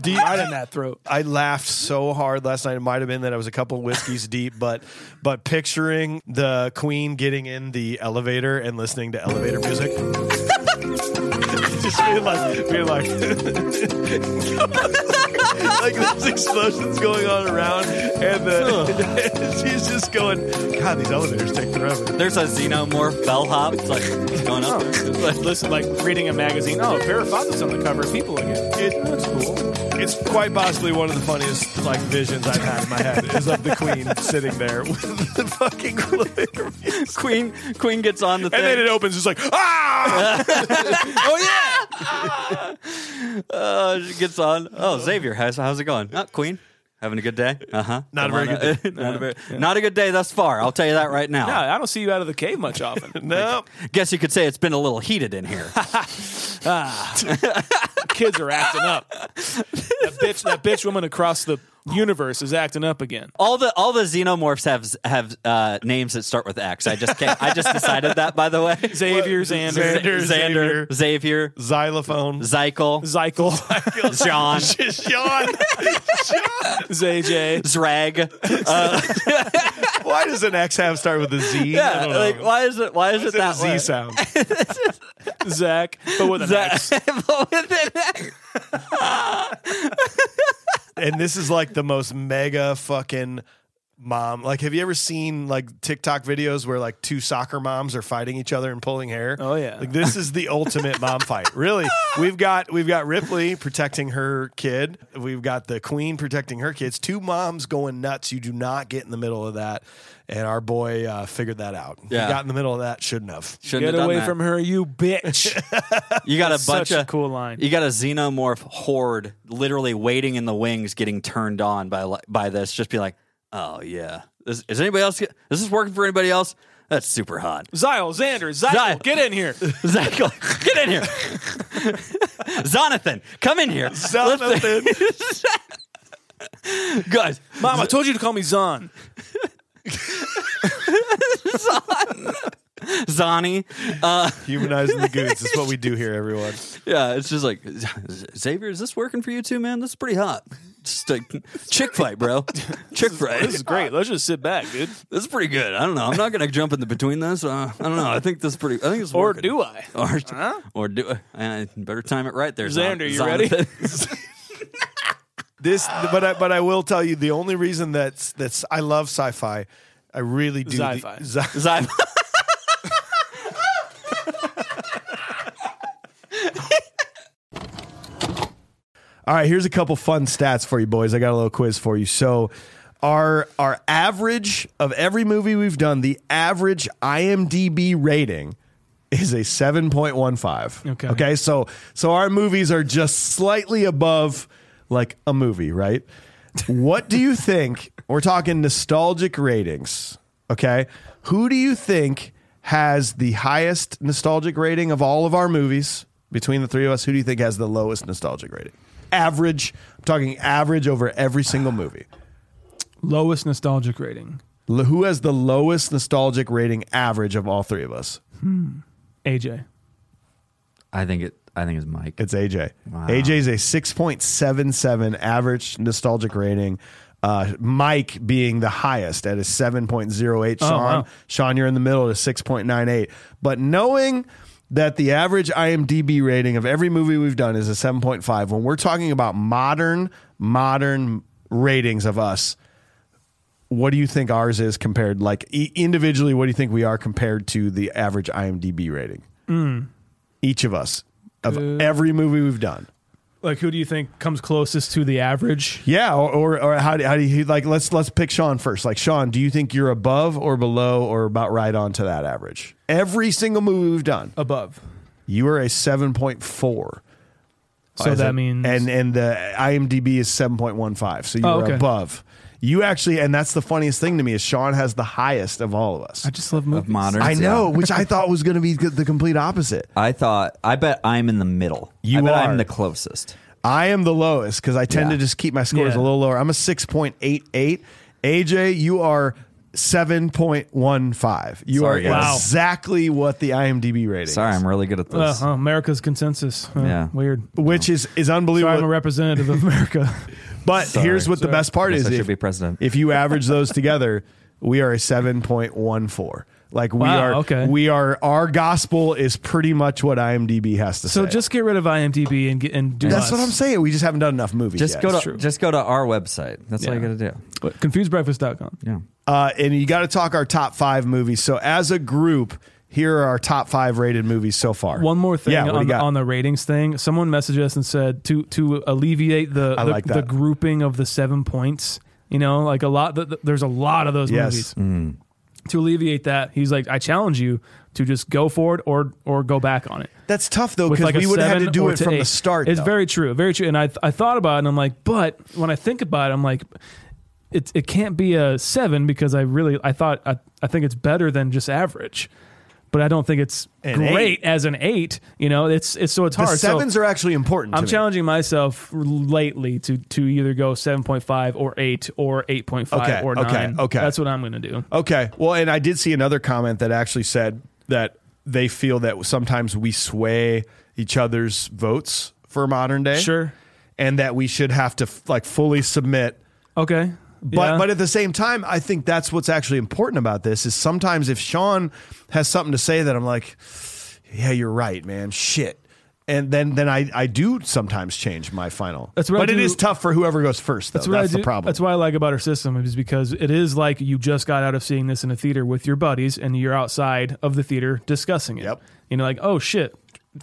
Speaker 11: Do you-
Speaker 6: right in that throat.
Speaker 11: I laughed so hard last night. It might have been that I was a couple whiskeys deep, but but picturing the Queen getting in the elevator and listening to elevator music. Just being like, being like, like there's explosions going on around, and, the, and she's just going, God, these elevators take forever.
Speaker 3: There's a xenomorph bellhop. It's like it's going up. It's like,
Speaker 6: Listen, like reading a magazine. Oh, Farrah Fawcett's on the cover of People again.
Speaker 11: It, that's cool. It's quite possibly one of the funniest like visions I've had in my head is of the Queen sitting there with the fucking elevator music.
Speaker 3: Queen Queen gets on the thing.
Speaker 11: And then it opens. It's like ah.
Speaker 3: oh yeah. uh, she gets on. Oh Xavier, how's how's it going? Oh, Queen, having a good day. Uh huh.
Speaker 11: Not a very good
Speaker 3: day. not, a very, not a good day thus far. I'll tell you that right now.
Speaker 6: Yeah, I don't see you out of the cave much often.
Speaker 11: no.
Speaker 3: Guess you could say it's been a little heated in here.
Speaker 6: Kids are acting up. That bitch, that bitch woman across the universe is acting up again.
Speaker 3: all the all the xenomorphs have have uh, names that start with X. I just can't, I just decided that by the way.
Speaker 6: Xavier's and
Speaker 11: Xander,
Speaker 3: Xander, Xavier,
Speaker 11: Xylophone.
Speaker 3: Zykel,
Speaker 6: Zykel,
Speaker 3: John,
Speaker 11: John,
Speaker 6: ZJ.
Speaker 3: Drag.
Speaker 11: why does an X have start with a Z? I
Speaker 3: Yeah,
Speaker 11: don't know.
Speaker 3: like why is it why is it
Speaker 11: It's a
Speaker 3: that
Speaker 11: Z
Speaker 3: way?
Speaker 11: sound.
Speaker 6: Zach, but with an X.
Speaker 3: But with an X.
Speaker 11: And this is like the most mega fucking mom. Like, have you ever seen like TikTok videos where like two soccer moms are fighting each other and pulling hair?
Speaker 6: Oh, yeah.
Speaker 11: Like this is the ultimate mom fight. Really, we've got we've got Ripley protecting her kid. We've got the Queen protecting her kids. Two moms going nuts. You do not get in the middle of that. And our boy uh, figured that out.
Speaker 3: Yeah.
Speaker 11: He got in the middle of that. Shouldn't have.
Speaker 3: Shouldn't have
Speaker 6: Get
Speaker 3: done
Speaker 6: away
Speaker 3: that.
Speaker 6: from her, you bitch.
Speaker 3: You got a bunch
Speaker 6: Such a
Speaker 3: of
Speaker 6: cool line.
Speaker 3: You got a xenomorph horde literally waiting in the wings, getting turned on by li- by this. Just be like, oh yeah, this, is anybody else? Get, is this working for anybody else? That's super hot.
Speaker 6: Zyle, Xander,
Speaker 3: Zy-
Speaker 6: Zykel, get in here.
Speaker 3: Zykel, get in here. Jonathan, come in here.
Speaker 11: Jonathan.
Speaker 3: Let's- guys,
Speaker 6: Mom, I told you to call me Zon.
Speaker 3: Zani.
Speaker 11: Humanizing the goons. That's what we do here, everyone.
Speaker 3: Yeah, it's just like Xavier. Is this working for you too, man? This is pretty hot.
Speaker 10: Just like chick fight, bro. Chick fight.
Speaker 6: This is great. Let's just sit back, dude.
Speaker 10: This is pretty good. I don't know. I'm not gonna jump in the between this. Uh, I don't know. I think this is pretty. I think it's
Speaker 6: Or
Speaker 10: working.
Speaker 6: do I?
Speaker 10: or or do I? Uh, better time it right there, Zon-
Speaker 6: Xander, you
Speaker 10: Zonathan.
Speaker 11: This, but I, but I will tell you the only reason that's that's I love sci-fi. I really do. the-
Speaker 6: Sci-fi.
Speaker 11: sci-
Speaker 10: Zon-
Speaker 11: All right, here's a couple fun stats for you boys. I got a little quiz for you. So, our our average of every movie we've done, the average IMDb rating is a 7.15.
Speaker 2: Okay.
Speaker 11: Okay, so so our movies are just slightly above like a movie, right? What do you think? We're talking nostalgic ratings, okay? Who do you think has the highest nostalgic rating of all of our movies between the three of us? Who do you think has the lowest nostalgic rating? Average. I'm talking average over every single movie.
Speaker 2: Lowest nostalgic rating.
Speaker 11: L- who has the lowest nostalgic rating average of all three of us?
Speaker 2: AJ.
Speaker 3: I think it. I think it's Mike.
Speaker 11: It's AJ. AJ's a 6.77 average nostalgic rating. Uh, Mike being the highest at a 7.08. Sean,
Speaker 2: wow.
Speaker 11: Sean, you're in the middle at a 6.98. But knowing that the average IMDb rating of every movie we've done is a 7.5, when we're talking about modern, modern ratings of us, what do you think ours is compared, like e- individually, what do you think we are compared to the average IMDb rating? each of us of every movie we've done.
Speaker 2: Like, who do you think comes closest to the average?
Speaker 11: Yeah, or, or, or how, do, how do you like? Let's let's pick Sean first. Like Sean, do you think you're above or below or about right on to that average? Every single movie we've done,
Speaker 2: Above.
Speaker 11: you are a seven point four.
Speaker 2: So that means
Speaker 11: and and the IMDb is seven point one five. So you're
Speaker 2: Oh, okay.
Speaker 11: above. You actually, and that's the funniest thing to me is Sean has the highest of all of us.
Speaker 2: I just love movies.
Speaker 3: modern.
Speaker 11: I
Speaker 3: yeah.
Speaker 11: know, which I thought was going to be the complete opposite.
Speaker 3: I thought. I bet I'm in the middle.
Speaker 11: You
Speaker 3: I bet
Speaker 11: are.
Speaker 3: I'm the closest.
Speaker 11: I am the lowest because I tend to just keep my scores
Speaker 2: Yeah.
Speaker 11: a little lower. I'm a 6.88. AJ, you are 7.15. You
Speaker 3: Sorry,
Speaker 11: are
Speaker 3: guys.
Speaker 2: Wow.
Speaker 11: exactly what the IMDb rating
Speaker 3: Sorry,
Speaker 11: is,
Speaker 3: I'm really good at
Speaker 11: Uh-huh.
Speaker 2: Uh,
Speaker 3: this.
Speaker 2: huh, America's consensus. Uh,
Speaker 3: Yeah.
Speaker 2: Weird.
Speaker 11: which is, is
Speaker 2: Sorry, I'm a
Speaker 11: unbelievable.
Speaker 2: representative of America.
Speaker 11: but
Speaker 3: Sorry.
Speaker 11: here's what the best part
Speaker 3: Guess
Speaker 11: is
Speaker 3: I should
Speaker 11: if,
Speaker 3: be president.
Speaker 11: if you average those together, we are a 7.14. Like we
Speaker 2: Wow,
Speaker 11: are,
Speaker 2: okay.
Speaker 11: we are. Our gospel is pretty much what IMDb has to
Speaker 2: so
Speaker 11: say.
Speaker 2: just get rid of IMDb and get, and do
Speaker 11: that's
Speaker 2: us.
Speaker 11: what I'm saying. We just haven't done enough movies.
Speaker 3: just
Speaker 11: yet.
Speaker 3: go to
Speaker 2: it's true.
Speaker 3: just go to our website. That's all you
Speaker 2: Yeah.
Speaker 3: got to do.
Speaker 2: But Confusedbreakfast.com.
Speaker 3: Yeah.
Speaker 11: Uh, and you got to talk our top five movies. So as a group, here are our top five rated movies so far.
Speaker 2: One more thing
Speaker 11: Yeah, what do you
Speaker 2: on, the,
Speaker 11: got?
Speaker 2: on the ratings thing. Someone messaged us and said to to alleviate the
Speaker 11: I
Speaker 2: the,
Speaker 11: like that.
Speaker 2: the grouping of the seven points. You know, like a lot. th th- there's a lot of those
Speaker 11: Yes. Mm.
Speaker 2: movies. To alleviate that, he's like, I challenge you to just go for it or or go back on it.
Speaker 11: That's tough though
Speaker 2: With
Speaker 11: because
Speaker 2: like
Speaker 11: we
Speaker 2: a
Speaker 11: would have had
Speaker 2: seven
Speaker 11: to do
Speaker 2: or
Speaker 11: it from
Speaker 2: eight.
Speaker 11: the start.
Speaker 2: It's
Speaker 11: though.
Speaker 2: very true, very true. And I I thought about it, and I'm like, but when I think about it, I'm like. It, it can't be a seven because I really I thought I, I think it's better than just average, but I don't think it's
Speaker 11: An eight.
Speaker 2: great as an eight. You know, it's it's so it's
Speaker 11: the
Speaker 2: hard. So-
Speaker 11: sevens are actually important. To
Speaker 2: I'm
Speaker 11: me.
Speaker 2: challenging myself lately to to either go 7.5 or 8 or 8.5
Speaker 11: Okay,
Speaker 2: or 9.
Speaker 11: okay, okay. Oh,
Speaker 2: That's what I'm going to do.
Speaker 11: Okay. Well, and I did see another comment that actually said that they feel that sometimes we sway each other's votes for modern day.
Speaker 2: Sure.
Speaker 11: And that we should have to f- like fully submit
Speaker 2: Okay.
Speaker 11: But
Speaker 2: Yeah.
Speaker 11: but at the same time, I think that's what's actually important about this is sometimes if Sean has something to say that I'm like, yeah, you're right, man, shit. And then then I, I do sometimes change my final.
Speaker 2: That's what I
Speaker 11: but it
Speaker 2: do-
Speaker 11: is tough for whoever goes first. Though. That's,
Speaker 2: what I
Speaker 11: the
Speaker 2: do-
Speaker 11: problem.
Speaker 2: That's what I like about our system is because it is like you just got out of seeing this in a theater with your buddies and you're outside of the theater discussing it.
Speaker 11: Yep.
Speaker 2: You know, like, oh shit,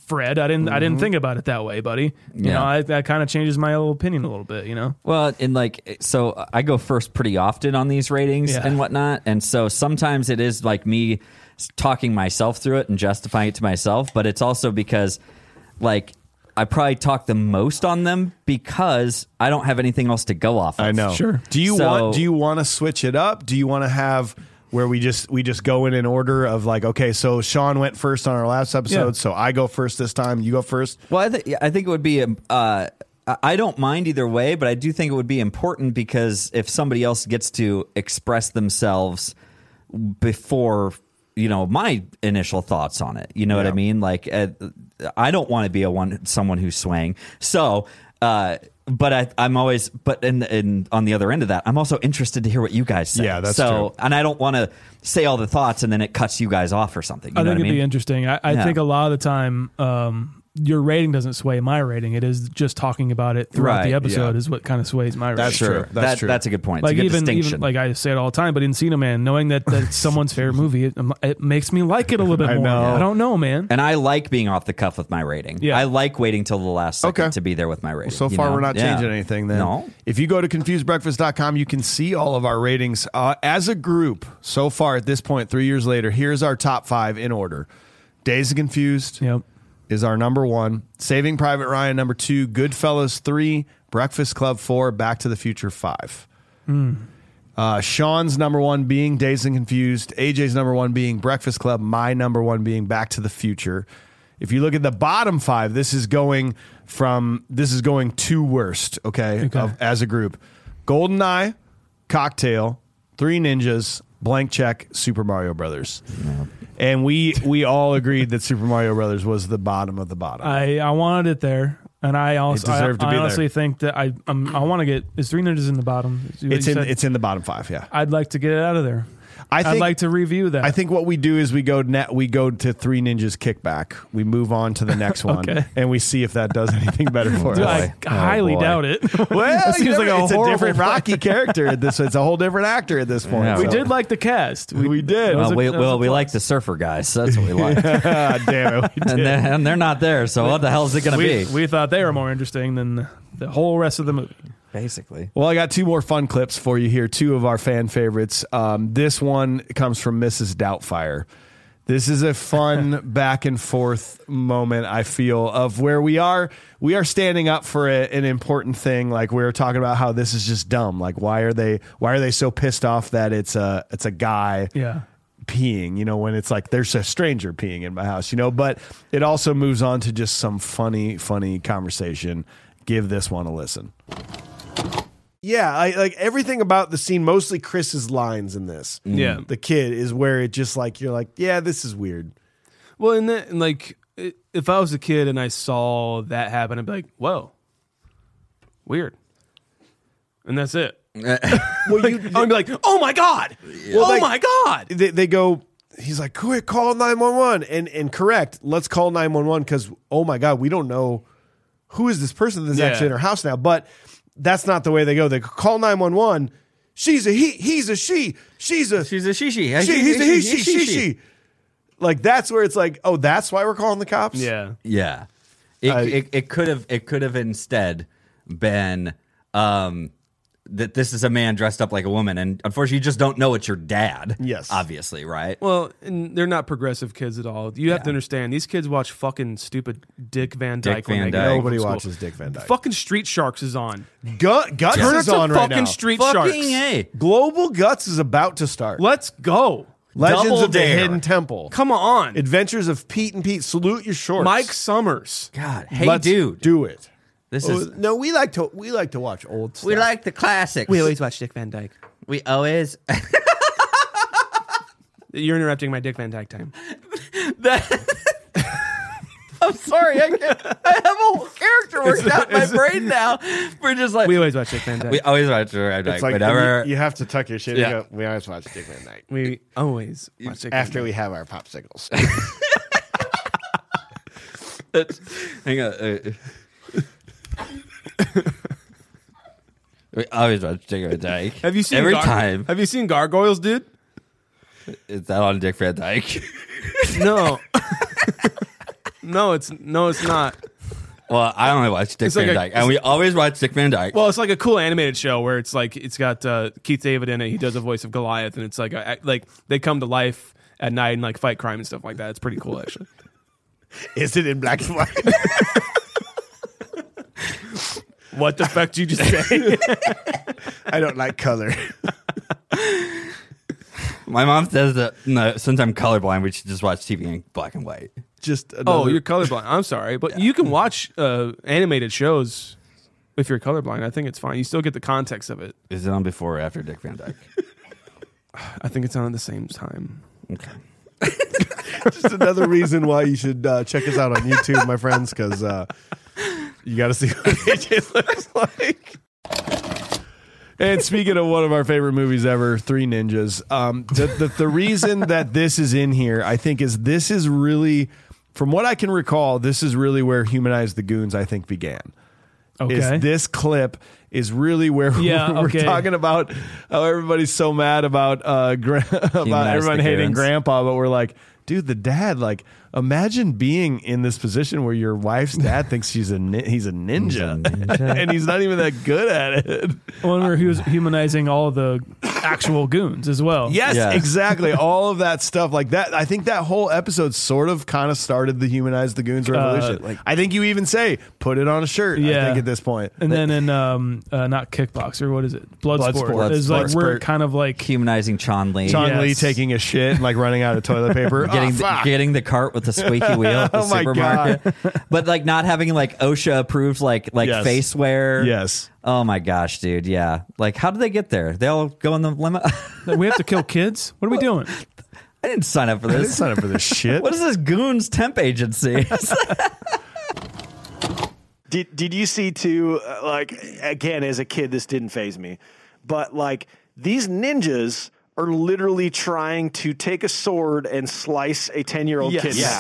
Speaker 2: Fred, I didn't I didn't think about it that way, buddy. You
Speaker 3: Yeah.
Speaker 2: know, I, that kind of changes my little opinion a little bit, you know?
Speaker 3: Well, and like, so I go first pretty often on these ratings
Speaker 2: Yeah.
Speaker 3: and whatnot. And so sometimes it is like me s- talking myself through it and justifying it to myself. But it's also because, like, I probably talk the most on them because I don't have anything else to go off of.
Speaker 11: I know.
Speaker 2: Sure.
Speaker 11: Do you
Speaker 3: So-
Speaker 11: want do you want to switch it up? Do you want to have where we just we just go in an order of like okay, so Sean went first on our last episode,
Speaker 2: Yeah.
Speaker 11: so I go first this time. You go first.
Speaker 3: Well, I, th- I think it would be. Um, uh, I- I don't mind either way, but I do think it would be important because if somebody else gets to express themselves before you know my initial thoughts on it. You know what I mean? Like uh, I don't want to be a one someone who's swaying. So, uh, but I, I'm always but and and on the other end of that, I'm also interested to hear what you guys say.
Speaker 11: Yeah, that's
Speaker 3: so,
Speaker 11: true.
Speaker 3: And I don't want to say all the thoughts and then it cuts you guys off or something. You
Speaker 2: I
Speaker 3: know
Speaker 2: think
Speaker 3: what I
Speaker 2: it'd be
Speaker 3: mean?
Speaker 2: interesting. I, I
Speaker 3: Yeah.
Speaker 2: think a lot of the time, um, your rating doesn't sway my rating. It is just talking about it throughout
Speaker 3: Right,
Speaker 2: the episode
Speaker 11: yeah.
Speaker 2: is what kind of sways my rating.
Speaker 11: That's true. That's
Speaker 3: that,
Speaker 11: true.
Speaker 3: That's a good point. It's
Speaker 2: Like
Speaker 3: a good
Speaker 2: even,
Speaker 3: distinction.
Speaker 2: even like I say it all the time, but Encino Man, knowing that that's someone's favorite movie, it, um, it makes me like it a little bit
Speaker 11: I
Speaker 2: more.
Speaker 11: know.
Speaker 2: I don't know, man.
Speaker 3: And I like being off the cuff with my rating.
Speaker 2: Yeah.
Speaker 3: I like waiting till the last second
Speaker 11: Okay.
Speaker 3: to be there with my rating.
Speaker 11: So
Speaker 3: you
Speaker 11: far,
Speaker 3: know?
Speaker 11: we're not
Speaker 3: Yeah.
Speaker 11: changing anything then.
Speaker 3: No.
Speaker 11: If you go to confusedbreakfast.com, you can see all of our ratings uh, as a group so far at this point, three years later. Here's our top five in order Days of Confused
Speaker 2: Yep.
Speaker 11: is our number one, Saving Private Ryan, number two, Goodfellas, three, Breakfast Club, four, Back to the Future, five. Uh, Sean's number one being Days and Confused. AJ's number one being Breakfast Club. My number one being Back to the Future. If you look at the bottom five, this is going from this is going to worst. Okay, Of, as a group, GoldenEye, Cocktail, Three Ninjas, Blank Check, Super Mario Brothers, and we we all agreed that Super Mario Brothers was the bottom of the bottom.
Speaker 2: I, I wanted it there. And I also I,
Speaker 11: deserved to
Speaker 2: I
Speaker 11: be there.
Speaker 2: honestly think that I um, I want to get is three ninjas in the bottom. Is what
Speaker 11: it's
Speaker 2: you
Speaker 11: in
Speaker 2: said?
Speaker 11: it's in the bottom five. Yeah,
Speaker 2: I'd like to get it out of there.
Speaker 11: I
Speaker 2: I'd
Speaker 11: think-
Speaker 2: like to review that.
Speaker 11: I think what we do is we go net we go to Three Ninjas Kickback. We move on to the next one
Speaker 2: Okay.
Speaker 11: and we see if that does anything better for
Speaker 2: Dude,
Speaker 11: us.
Speaker 2: I highly
Speaker 3: boy.
Speaker 2: doubt it.
Speaker 11: well,
Speaker 2: That
Speaker 11: you
Speaker 2: seems like
Speaker 11: never-
Speaker 2: a
Speaker 11: it's a
Speaker 2: horrible
Speaker 11: different
Speaker 2: plan.
Speaker 11: Rocky character at this. It's a whole different actor at this point.
Speaker 3: Yeah.
Speaker 2: We
Speaker 11: so-
Speaker 2: did like the cast. We,
Speaker 11: We did.
Speaker 2: That was
Speaker 3: Well,
Speaker 2: a-
Speaker 3: we,
Speaker 2: that was
Speaker 3: well,
Speaker 2: a
Speaker 3: we
Speaker 2: plus.
Speaker 3: like the surfer guys. So that's what we like. and,
Speaker 11: God damn it. We did.
Speaker 3: they're, and they're not there. So what the hell is it going to
Speaker 2: we,
Speaker 3: be?
Speaker 2: we thought they were more interesting than the, the whole rest of the movie.
Speaker 3: Basically.
Speaker 11: Well, I got two more fun clips for you here. Two of our fan favorites. Um, this one comes from Mrs. Doubtfire. This is a fun back and forth moment. I feel of where we are. We are standing up for a, an important thing. Like we were talking about how this is just dumb. Like why are they why are they so pissed off that it's a it's a guy
Speaker 2: Yeah.
Speaker 11: peeing, you know, when it's like there's a stranger peeing in my house, you know, but it also moves on to just some funny, funny conversation. Give this one a listen. Yeah, I like everything about the scene, mostly Chris's lines in this.
Speaker 2: Yeah.
Speaker 11: The kid is where it just like you're like, yeah, this is weird.
Speaker 14: Well, and then and, like i- if I was a kid and I saw that happen, I'd be like, "Whoa, weird," and that's it.
Speaker 11: Well, you
Speaker 14: I'd be like, "Oh my god! oh
Speaker 11: like-
Speaker 14: my god!"
Speaker 11: they, they go he's like quick call 911 and and correct let's call 911 because oh my god we don't know who is this person that's actually in her house now but that's not the way they go they go, call 911 she's a he he's a she she's a
Speaker 3: She's a shishi.
Speaker 11: she he's a he she she she like that's where it's like oh that's why we're calling the cops
Speaker 14: Yeah,
Speaker 3: Yeah. It,
Speaker 11: Uh,
Speaker 3: it, it could have it could have instead been um, that this is a man dressed up like a woman, and unfortunately, you just don't know it's your dad.
Speaker 11: Yes.
Speaker 3: obviously, right?
Speaker 14: Well, and they're not progressive kids at all. You have to understand these kids watch fucking stupid Dick Van Dyke.
Speaker 3: Dick
Speaker 14: when
Speaker 3: Van
Speaker 14: they get
Speaker 3: Dyke.
Speaker 14: home
Speaker 11: Nobody
Speaker 14: from school.
Speaker 11: watches Dick Van Dyke.
Speaker 14: Fucking Street Sharks is on.
Speaker 11: Gut, guts
Speaker 14: Turn
Speaker 11: is
Speaker 14: to
Speaker 11: on right
Speaker 14: fucking
Speaker 11: now
Speaker 14: Street Sharks.
Speaker 3: Fucking a.
Speaker 11: global guts is about to start
Speaker 14: Let's go.
Speaker 11: legends
Speaker 3: Double
Speaker 11: of the
Speaker 3: Dare.
Speaker 11: hidden temple
Speaker 14: Come on,
Speaker 11: adventures of pete and pete salute your shorts
Speaker 14: Mike Summers.
Speaker 3: God, hey,
Speaker 11: Let's
Speaker 3: dude,
Speaker 11: do it.
Speaker 3: this is
Speaker 11: no, we like to we like to watch old stuff.
Speaker 3: like the classics.
Speaker 14: watch Dick Van Dyke.
Speaker 3: we always
Speaker 14: You're interrupting my Dick Van Dyke time.
Speaker 3: I'm sorry, I, can't, I have a whole character worked out in my brain now. We're just like
Speaker 14: We
Speaker 3: we,
Speaker 14: always watch Dick Van Dyke. We,
Speaker 3: always watch like,
Speaker 15: It's
Speaker 3: like
Speaker 15: like
Speaker 3: whenever
Speaker 15: you, you have to tuck your shit.
Speaker 3: Yeah.
Speaker 15: Yeah. Go, we always watch Dick Van Dyke
Speaker 14: always watch Dick
Speaker 15: after
Speaker 14: Van
Speaker 15: we have our popsicles.
Speaker 3: hang on. uh, we always watch Dick Van Dyke.
Speaker 14: Dyke. Have you seen
Speaker 3: every
Speaker 14: Gar-
Speaker 3: time?
Speaker 14: Have you seen Gargoyles, dude?
Speaker 3: Is that on Dick Van Dyke?
Speaker 14: No. no, it's no, it's not.
Speaker 3: well, I only watch Dick
Speaker 14: It's
Speaker 3: Van
Speaker 14: like a-
Speaker 3: Dyke, and we always watch Dick Van Dyke.
Speaker 14: Well, it's like a cool animated show where it's like it's got uh, Keith David in it. He does a voice of Goliath, and it's like a, like they come to life at night and like fight crime and stuff like that. It's pretty cool, actually.
Speaker 15: Is it in black and white?
Speaker 14: what the fuck did you just say?
Speaker 15: I don't like color.
Speaker 3: my mom says that no, since I'm colorblind, we should just watch TV in black and white.
Speaker 11: just another,
Speaker 14: oh, you're colorblind. I'm sorry, but you can watch uh, animated shows if you're colorblind. I think it's fine. You still get the context of it.
Speaker 3: Is it on before or after Dick Van Dyke?
Speaker 14: I think it's on at the same time.
Speaker 3: Okay.
Speaker 11: Just another reason why you should uh, check us out on YouTube, my friends, because uh, you got to see what AJ looks like. And speaking of one of our favorite movies ever, Three Ninjas, um, the, the, the reason that this is in here, I think, is this is really, from what I can recall, this is really where Humanize the Goons, I think, began
Speaker 2: Okay.
Speaker 11: is this clip is really where
Speaker 2: Yeah,
Speaker 11: we're
Speaker 2: okay.
Speaker 11: talking about how everybody's so mad about uh gra- about
Speaker 3: Humanize
Speaker 11: everyone
Speaker 3: the
Speaker 11: hating
Speaker 3: goons.
Speaker 11: grandpa but we're like dude the dad like imagine being in this position where your wife's dad thinks she's a nin- he's a ninja, and he's not even that good at it
Speaker 2: One where he was humanizing all the actual goons as well.
Speaker 11: yes
Speaker 3: Yeah.
Speaker 11: exactly all of that stuff like that i think that whole episode sort of kind of started the humanize the goons revolution i think you even say put it on a shirt i
Speaker 2: Yeah.
Speaker 11: think at this point
Speaker 2: And then in um uh, not kickboxer, what is it? Bloodsport.
Speaker 11: Bloodsport.
Speaker 2: It's like we're
Speaker 11: Bloodsport.
Speaker 2: kind of like
Speaker 3: Humanizing Chon Lee.
Speaker 11: Chong Lee
Speaker 2: Yes.
Speaker 11: taking a shit and like running out of toilet paper.
Speaker 3: Getting,
Speaker 11: Ah,
Speaker 3: the,
Speaker 11: fuck.
Speaker 3: getting the cart with the squeaky wheel at the
Speaker 11: Oh my God.
Speaker 3: supermarket, but like not having like OSHA approved like like
Speaker 11: Yes.
Speaker 3: face wear.
Speaker 11: yes.
Speaker 3: Oh my gosh, dude. Yeah. Like, how did they get there? They all go in the limo.
Speaker 2: we have to kill kids. What are we doing?
Speaker 3: I didn't sign up for
Speaker 11: I didn't
Speaker 3: this.
Speaker 11: sign up for this shit.
Speaker 3: What is this goons temp agency?
Speaker 8: Did Did you see too? uh, Like again, as a kid, this didn't phase me, but like these ninjas are literally trying to take a sword and slice a ten year old
Speaker 6: Yes.
Speaker 8: kid in
Speaker 6: Yes.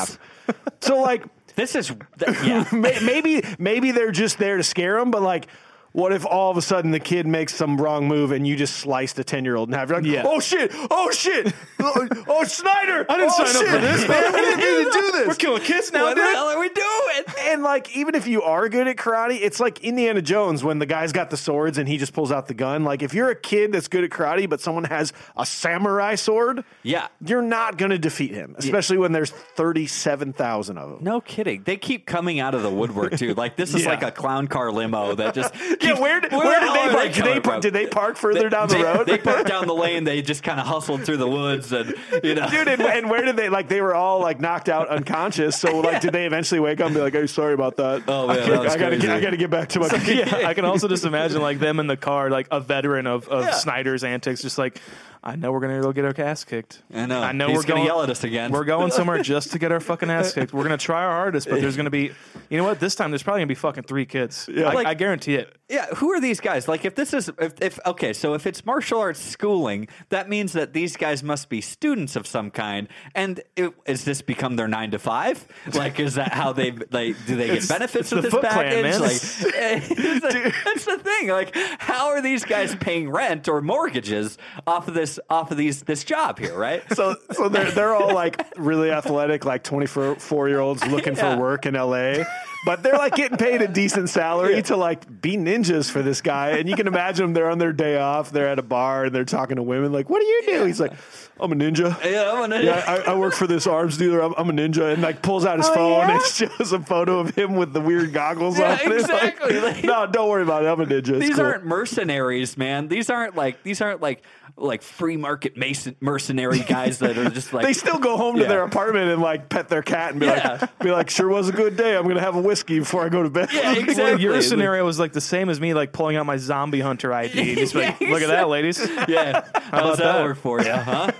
Speaker 8: half. So like,
Speaker 16: This is th- yeah.
Speaker 8: may- maybe maybe they're just there to scare him, but like. What if all of a sudden the kid makes some wrong move and you just slice the 10 year old in half? You're like,
Speaker 6: Yeah.
Speaker 8: oh shit, oh shit, oh, oh, Snyder,
Speaker 6: I didn't
Speaker 8: oh,
Speaker 6: sign up
Speaker 8: shit.
Speaker 6: for this,
Speaker 8: man. We didn't mean to do this.
Speaker 6: We're killing kids now, dude.
Speaker 3: are we doing?
Speaker 8: And like, even if you are good at karate, it's like Indiana Jones when the guy's got the swords and he just pulls out the gun. Like, if you're a kid that's good at karate, but someone has a samurai sword,
Speaker 16: Yeah.
Speaker 8: you're not going to defeat him, especially when there's thirty-seven thousand of them.
Speaker 16: No kidding. They keep coming out of the woodwork too. Like this is like a clown car limo that just
Speaker 8: Yeah, where,
Speaker 16: did
Speaker 8: did- where, did they park? Did they, par- did they park further down the
Speaker 16: they,
Speaker 8: road?
Speaker 16: They parked down the lane. They just kind of hustled through the woods and you know.
Speaker 8: Dude, and, and where did they like? They were all like knocked out unconscious. So like, did they eventually wake up and be like, "Oh, sorry about that.
Speaker 16: Oh, man,
Speaker 8: I,
Speaker 16: that
Speaker 8: can't-
Speaker 16: was
Speaker 8: I gotta, get, I
Speaker 16: crazy.
Speaker 8: gotta get back to my."
Speaker 6: yeah, I can also just imagine like them in the car, like a veteran of, of Snyder's antics, just like, I know we're gonna go get our ass kicked.
Speaker 16: I know.
Speaker 6: I know
Speaker 16: He's
Speaker 6: we're
Speaker 16: gonna
Speaker 6: going,
Speaker 16: yell at us again.
Speaker 6: We're going somewhere just to get our fucking ass kicked. We're gonna try our hardest, but there's gonna be, you know what? This time there's probably gonna be fucking three kids. I,
Speaker 16: Like-
Speaker 6: I guarantee it.
Speaker 16: Yeah, who are these guys? Like, if this is if, if okay, so if it's martial arts schooling, that means that these guys must be students of some kind. And it, is this become their nine to five? Like, is that how they they do they get benefits with
Speaker 6: the
Speaker 16: this
Speaker 6: Foot Clan,
Speaker 16: package?
Speaker 6: man.
Speaker 16: like, eh, it's like- that's the thing. Like, how are these guys paying rent or mortgages off of this off of these this job here? Right?
Speaker 8: So, so they're they're all like really athletic, like twenty four year olds looking for work in L.A. But they're like getting paid a decent salary to like be ninjas for this guy, and you can imagine them. They're on their day off, they're at a bar, and they're talking to women. Like, what do you do? He's like, I'm a ninja.
Speaker 16: Yeah, I'm gonna-
Speaker 8: Yeah, I, I work for this arms dealer. I'm, I'm a ninja, and like pulls out his phone and shows a photo of him with the weird goggles
Speaker 16: Oh, Yeah,
Speaker 8: on. And it's like,
Speaker 16: exactly. Like-
Speaker 8: no, don't worry about it. I'm a ninja. It's
Speaker 16: these
Speaker 8: cool."
Speaker 16: aren't mercenaries, man. These aren't like these aren't like like free market mason mercenary guys that are just like
Speaker 8: they still go home to
Speaker 16: Yeah.
Speaker 8: their apartment and like pet their cat and be
Speaker 16: Yeah.
Speaker 8: like, be like, sure was a good day. I'm gonna have a whiskey before I go to bed.
Speaker 16: Yeah, exactly.
Speaker 6: Well, your
Speaker 16: Like-
Speaker 6: scenario was like the same as me, like pulling out my zombie hunter ID. Just like,
Speaker 16: Yeah,
Speaker 6: look at that, ladies.
Speaker 16: Yeah. How
Speaker 6: about
Speaker 16: does that,
Speaker 6: that?
Speaker 16: work for you, huh?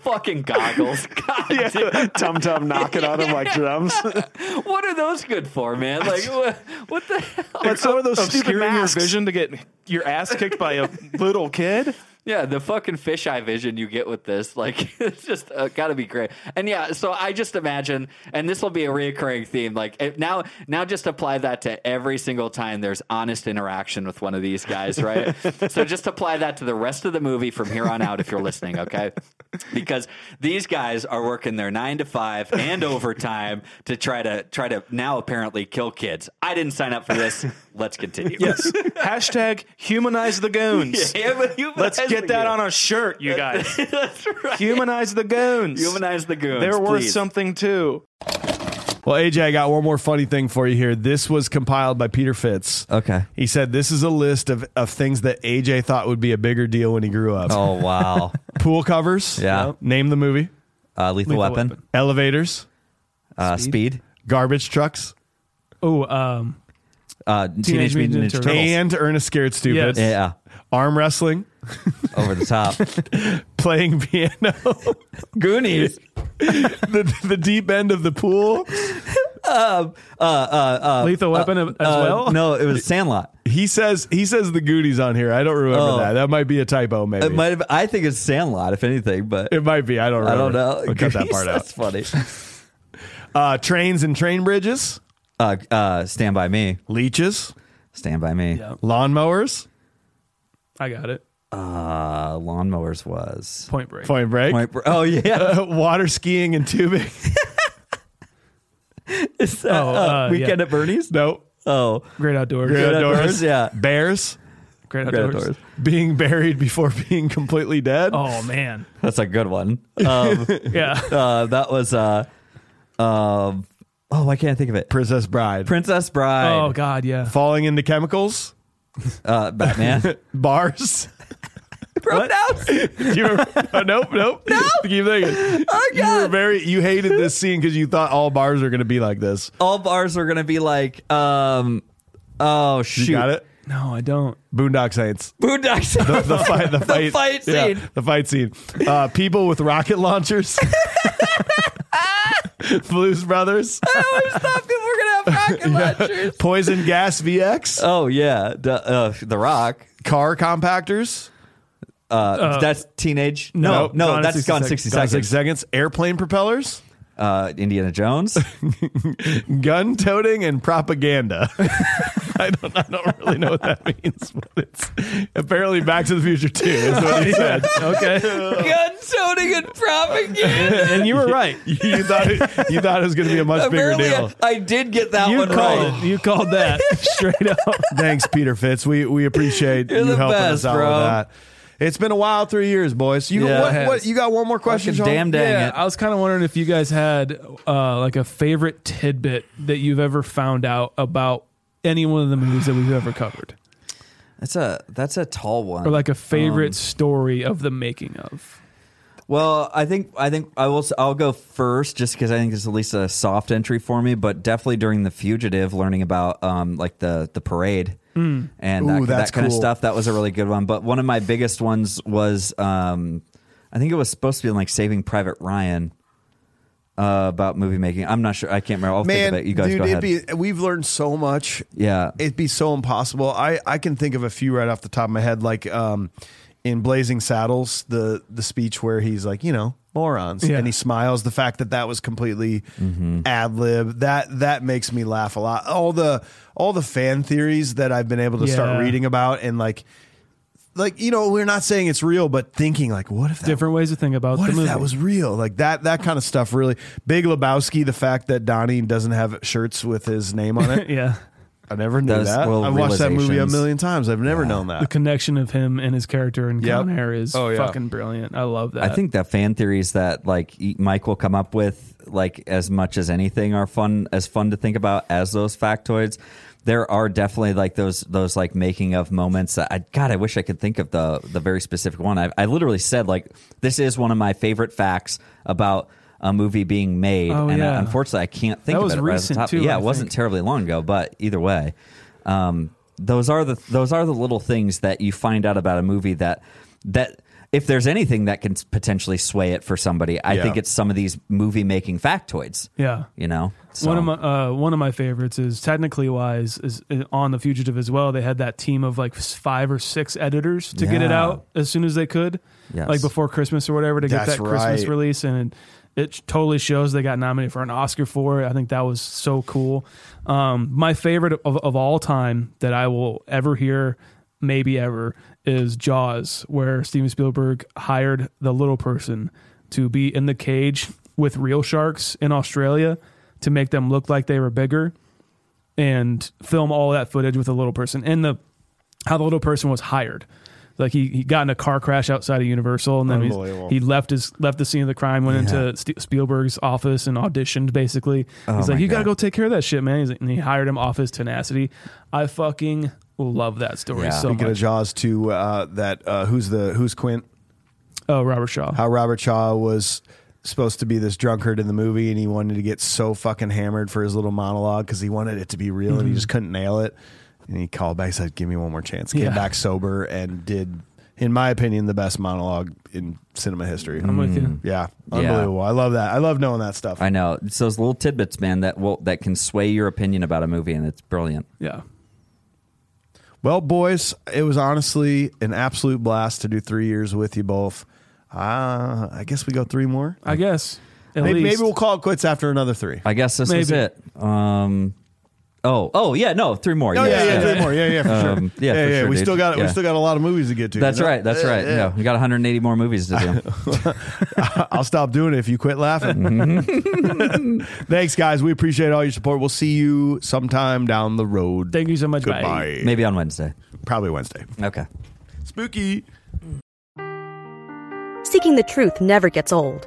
Speaker 16: Fucking goggles. God
Speaker 8: yeah, tum tum knocking on them like drums.
Speaker 16: damn. What are those good for, man? Like, what, what the hell?
Speaker 8: but some of those stupid
Speaker 6: Obscuring your
Speaker 8: masks.
Speaker 6: vision to get your ass kicked by a little kid.
Speaker 16: Yeah, the fucking fisheye vision you get with this, like, it's just uh, got to be great. And yeah, so I just imagine, and this will be a reoccurring theme. Like it, now, now just apply that to every single time there's honest interaction with one of these guys, right? so just apply that to the rest of the movie from here on out, if you're listening, okay? Because these guys are working their nine to five and overtime to try to try to now apparently kill kids. I didn't sign up for this. Let's continue.
Speaker 6: Yes. Hashtag humanize the goons. Let's get that on a shirt, you guys.
Speaker 16: That's right.
Speaker 6: Humanize the goons.
Speaker 16: Humanize the goons.
Speaker 6: They're worth
Speaker 16: please.
Speaker 6: something too.
Speaker 11: Well, AJ, I got one more funny thing for you here. This was compiled by Peter Fitz.
Speaker 3: Okay.
Speaker 11: He said this is a list of, of things that AJ thought would be a bigger deal when he grew up.
Speaker 3: oh, wow.
Speaker 11: Pool covers.
Speaker 3: Yeah.
Speaker 11: Name the movie.
Speaker 3: Uh, lethal, weapon,
Speaker 11: Elevators.
Speaker 3: Uh, speed,
Speaker 11: Garbage trucks.
Speaker 2: Oh, um,
Speaker 3: Uh, Teenage, Mutant Ninja Turtles.
Speaker 11: And Ernest Scared
Speaker 2: Yes.
Speaker 11: Stupid.
Speaker 3: Yeah.
Speaker 11: Arm wrestling.
Speaker 3: Over the top.
Speaker 11: Playing piano.
Speaker 3: Goonies.
Speaker 11: the, the deep end of the pool.
Speaker 2: Lethal Weapon as
Speaker 3: Uh,
Speaker 2: well.
Speaker 3: No, it was Sandlot.
Speaker 11: He says he says the Goonies on here. I don't remember
Speaker 3: Oh.
Speaker 11: that. That might be a typo. Maybe
Speaker 3: It might have, I think it's Sandlot, if anything, but
Speaker 11: It might be. I don't.
Speaker 3: I don't
Speaker 11: Remember.
Speaker 3: know.
Speaker 11: We'll cut that
Speaker 3: Grease,
Speaker 11: part
Speaker 3: That's
Speaker 11: out.
Speaker 3: funny.
Speaker 11: Uh, trains and train bridges,
Speaker 3: Uh, uh, Stand by me.
Speaker 11: leeches,
Speaker 3: Stand by me.
Speaker 2: Yeah.
Speaker 11: lawnmowers,
Speaker 2: I got it.
Speaker 3: Uh, lawnmowers was.
Speaker 2: Point Break.
Speaker 11: point break,
Speaker 3: Point Br- Oh yeah,
Speaker 11: water skiing and tubing.
Speaker 3: Is that,
Speaker 2: Oh,
Speaker 3: uh,
Speaker 2: uh,
Speaker 3: weekend
Speaker 2: yeah.
Speaker 3: at Bernie's.
Speaker 11: no,
Speaker 3: Oh,
Speaker 2: Great Outdoors.
Speaker 11: Great
Speaker 3: Outdoors,
Speaker 11: outdoors.
Speaker 3: yeah.
Speaker 11: bears
Speaker 2: Great
Speaker 3: Great
Speaker 2: Outdoors.
Speaker 3: Outdoors.
Speaker 11: being buried before being completely dead.
Speaker 2: Oh man.
Speaker 3: that's a good one. Um,
Speaker 2: Yeah.
Speaker 3: uh, that was. Uh, um, oh, I can't I think of it.
Speaker 11: Princess Bride,
Speaker 3: Princess Bride.
Speaker 2: oh god. Yeah.
Speaker 11: falling into chemicals,
Speaker 3: uh, Batman.
Speaker 11: bars.
Speaker 3: Pronouns.
Speaker 11: Do you remember? oh, nope, nope. No, keep thinking.
Speaker 3: Oh
Speaker 11: You were
Speaker 3: god.
Speaker 11: very. You hated this scene because you thought all bars were going to be like this.
Speaker 3: All bars were gonna be like. Um, oh
Speaker 11: You
Speaker 3: shoot.
Speaker 11: got it.
Speaker 2: No, I don't.
Speaker 11: Boondock Saints.
Speaker 3: Boondock
Speaker 11: The, the fight. The fight,
Speaker 3: fight
Speaker 11: yeah,
Speaker 3: scene.
Speaker 11: the fight scene. Uh, people with rocket launchers. Blues Brothers.
Speaker 3: I always thought people were gonna have rocket launchers.
Speaker 11: Poison Gas VX.
Speaker 3: Oh yeah, the, uh, the Rock.
Speaker 11: Car compactors.
Speaker 3: Uh, that's teenage. No,
Speaker 11: Nope.
Speaker 3: no,
Speaker 2: Gone in
Speaker 3: that's
Speaker 2: 60
Speaker 3: gone
Speaker 2: Seconds.
Speaker 3: sixty
Speaker 11: Got
Speaker 3: seconds.
Speaker 11: Six seconds. Airplane propellers.
Speaker 3: Uh, Indiana Jones.
Speaker 11: Gun toting and propaganda. I don't. I don't really know what that means. But it's apparently Back to the Future Two is what he said.
Speaker 2: Okay.
Speaker 3: Gun toting and propaganda.
Speaker 2: and you were right.
Speaker 11: You thought it, you thought it was going to be a much bigger
Speaker 3: Apparently,
Speaker 11: deal.
Speaker 3: I, I did get that
Speaker 2: You
Speaker 3: one
Speaker 2: called
Speaker 3: right.
Speaker 2: it. You called that straight up.
Speaker 11: Thanks, Peter Fitz. We we appreciate
Speaker 3: You're
Speaker 11: you
Speaker 3: the
Speaker 11: helping
Speaker 3: best,
Speaker 11: us out
Speaker 3: bro.
Speaker 11: with that. It's been a while, three years, boys. You
Speaker 3: Yeah, it
Speaker 11: what,
Speaker 3: has.
Speaker 11: what you got one more question? Sean?
Speaker 3: Damn dang
Speaker 2: yeah,
Speaker 3: it.
Speaker 2: I was kind of wondering if you guys had uh, like a favorite tidbit that you've ever found out about any one of the movies that we've ever covered,
Speaker 3: That's a that's a tall one.
Speaker 2: or like a favorite story of the making of.
Speaker 3: Well, I think I think I will. s- I'll go first, just because I think it's at least a soft entry for me. But definitely during the fugitive, learning about um like the the parade and that,
Speaker 11: Mm. Ooh, that's
Speaker 3: that kind
Speaker 11: cool.
Speaker 3: of stuff. That was a really good one. But one of my biggest ones was um I think it was supposed to be in like Saving Private Ryan uh, about movie making. I'm not sure. I can't remember. I'll think
Speaker 11: Man,
Speaker 3: about it. You guys
Speaker 11: dude,
Speaker 3: go ahead.
Speaker 11: it'd be we've learned so much.
Speaker 3: yeah.
Speaker 11: It'd be so impossible. I I can think of a few right off the top of my head, like um, in Blazing Saddles, the the speech where he's like, you know, morons,
Speaker 2: Yeah.
Speaker 11: and he smiles. The fact that that was completely ad lib that that makes me laugh a lot. All the all the fan theories that I've been able to
Speaker 2: Yeah.
Speaker 11: start reading about, and like. Like you know, we're not saying it's real, but thinking like, what if that
Speaker 2: Different ways to think about
Speaker 11: what
Speaker 2: the
Speaker 11: if
Speaker 2: movie.
Speaker 11: that was real? Like that that kind of stuff really. Big Lebowski, the fact that Donnie doesn't have shirts with his name on it.
Speaker 2: yeah,
Speaker 11: I never knew
Speaker 3: Those
Speaker 11: that.
Speaker 3: little
Speaker 11: I watched that movie a
Speaker 3: realizations.
Speaker 11: million times. I've never known
Speaker 2: the
Speaker 11: that.
Speaker 2: connection of him and his character in
Speaker 11: Yep.
Speaker 2: Con Air is
Speaker 11: Oh, yeah.
Speaker 2: fucking brilliant. I love that.
Speaker 3: I think the fan theories that like e- Mike will come up with, like as much as anything, are fun as fun to think about as those factoids. There are definitely like those those like making of moments that I God I wish I could think of the the very specific one. I, I literally said like this is one of my favorite facts about a movie being made,
Speaker 2: Oh,
Speaker 3: and uh,
Speaker 2: yeah.
Speaker 3: unfortunately I can't think
Speaker 2: That
Speaker 3: of
Speaker 2: was
Speaker 3: it. right off the
Speaker 2: recent,
Speaker 3: top.
Speaker 2: too,
Speaker 3: Yeah,
Speaker 2: I
Speaker 3: it wasn't
Speaker 2: think.
Speaker 3: terribly long ago, but either way, um, those are the those are the little things that you find out about a movie that that if there's anything that can potentially sway it for somebody, I
Speaker 11: Yeah.
Speaker 3: think it's some of these movie making factoids.
Speaker 2: yeah.
Speaker 3: You know, So-
Speaker 2: One of my uh, one of my favorites is technically wise is is on the fugitive as well. They had that team of like five or six editors to get it
Speaker 3: Yeah.
Speaker 2: out as soon as they could,
Speaker 3: Yes.
Speaker 2: like before Christmas or whatever to
Speaker 11: That's
Speaker 2: get that Christmas
Speaker 11: right.
Speaker 2: release. And it, it totally shows they got nominated for an Oscar for it. I think that was so cool. Um, my favorite of, of all time that I will ever hear, maybe ever, is Jaws, where Steven Spielberg hired the little person to be in the cage with real sharks in Australia to make them look like they were bigger and film all that footage with a little person and the how the little person was hired like he, he got in a car crash outside of universal and then
Speaker 11: Unbelievable.
Speaker 2: he's, he left his left the scene of the crime went into St- spielberg's office and auditioned basically
Speaker 11: Oh
Speaker 2: he's like
Speaker 3: my
Speaker 2: you gotta
Speaker 3: God.
Speaker 2: go take care of that shit man he's like, and he hired him off his tenacity i fucking love that story
Speaker 3: Yeah.
Speaker 2: so
Speaker 11: Speaking of
Speaker 2: much
Speaker 11: Jaws, too, uh, that uh, who's the who's Quint?
Speaker 2: oh robert shaw
Speaker 11: How Robert Shaw was supposed to be this drunkard in the movie, and he wanted to get so fucking hammered for his little monologue because he wanted it to be real, and he just couldn't nail it. And he called back, said, "Give me one more chance." Came
Speaker 2: Yeah.
Speaker 11: back sober and did in my opinion, the best monologue in cinema history.
Speaker 2: I'm with you.
Speaker 11: yeah, unbelievable. I love that. I love knowing that stuff.
Speaker 3: I know. It's those little tidbits, man, that will that can sway your opinion about a movie, and it's brilliant.
Speaker 2: Yeah.
Speaker 11: Well, boys, it was honestly an absolute blast to do three years with you both. Uh, I guess we go three more.
Speaker 2: I guess. At
Speaker 11: Maybe, maybe
Speaker 2: least.
Speaker 11: we'll call it quits after another three.
Speaker 3: I guess this is
Speaker 2: Maybe.
Speaker 3: it. Um, oh, oh yeah, no, three more.
Speaker 11: Oh yeah, yeah,
Speaker 3: yeah.
Speaker 11: three more. Yeah, yeah, for
Speaker 3: Um,
Speaker 11: sure.
Speaker 3: yeah, for sure,
Speaker 11: we
Speaker 3: dude.
Speaker 11: still got it. We
Speaker 3: Yeah.
Speaker 11: still got a lot of movies to get to.
Speaker 3: That's
Speaker 11: you know?
Speaker 3: right. That's right. Yeah, we got 180 more movies to do.
Speaker 11: I'll stop doing it if you quit laughing.
Speaker 3: Mm-hmm.
Speaker 11: Thanks, guys. We appreciate all your support. We'll see you sometime down the road.
Speaker 2: Thank you so much. Bye.
Speaker 11: Goodbye.
Speaker 3: Maybe on Wednesday.
Speaker 11: Probably Wednesday.
Speaker 3: Okay.
Speaker 11: Spooky.
Speaker 16: Seeking the truth never gets old.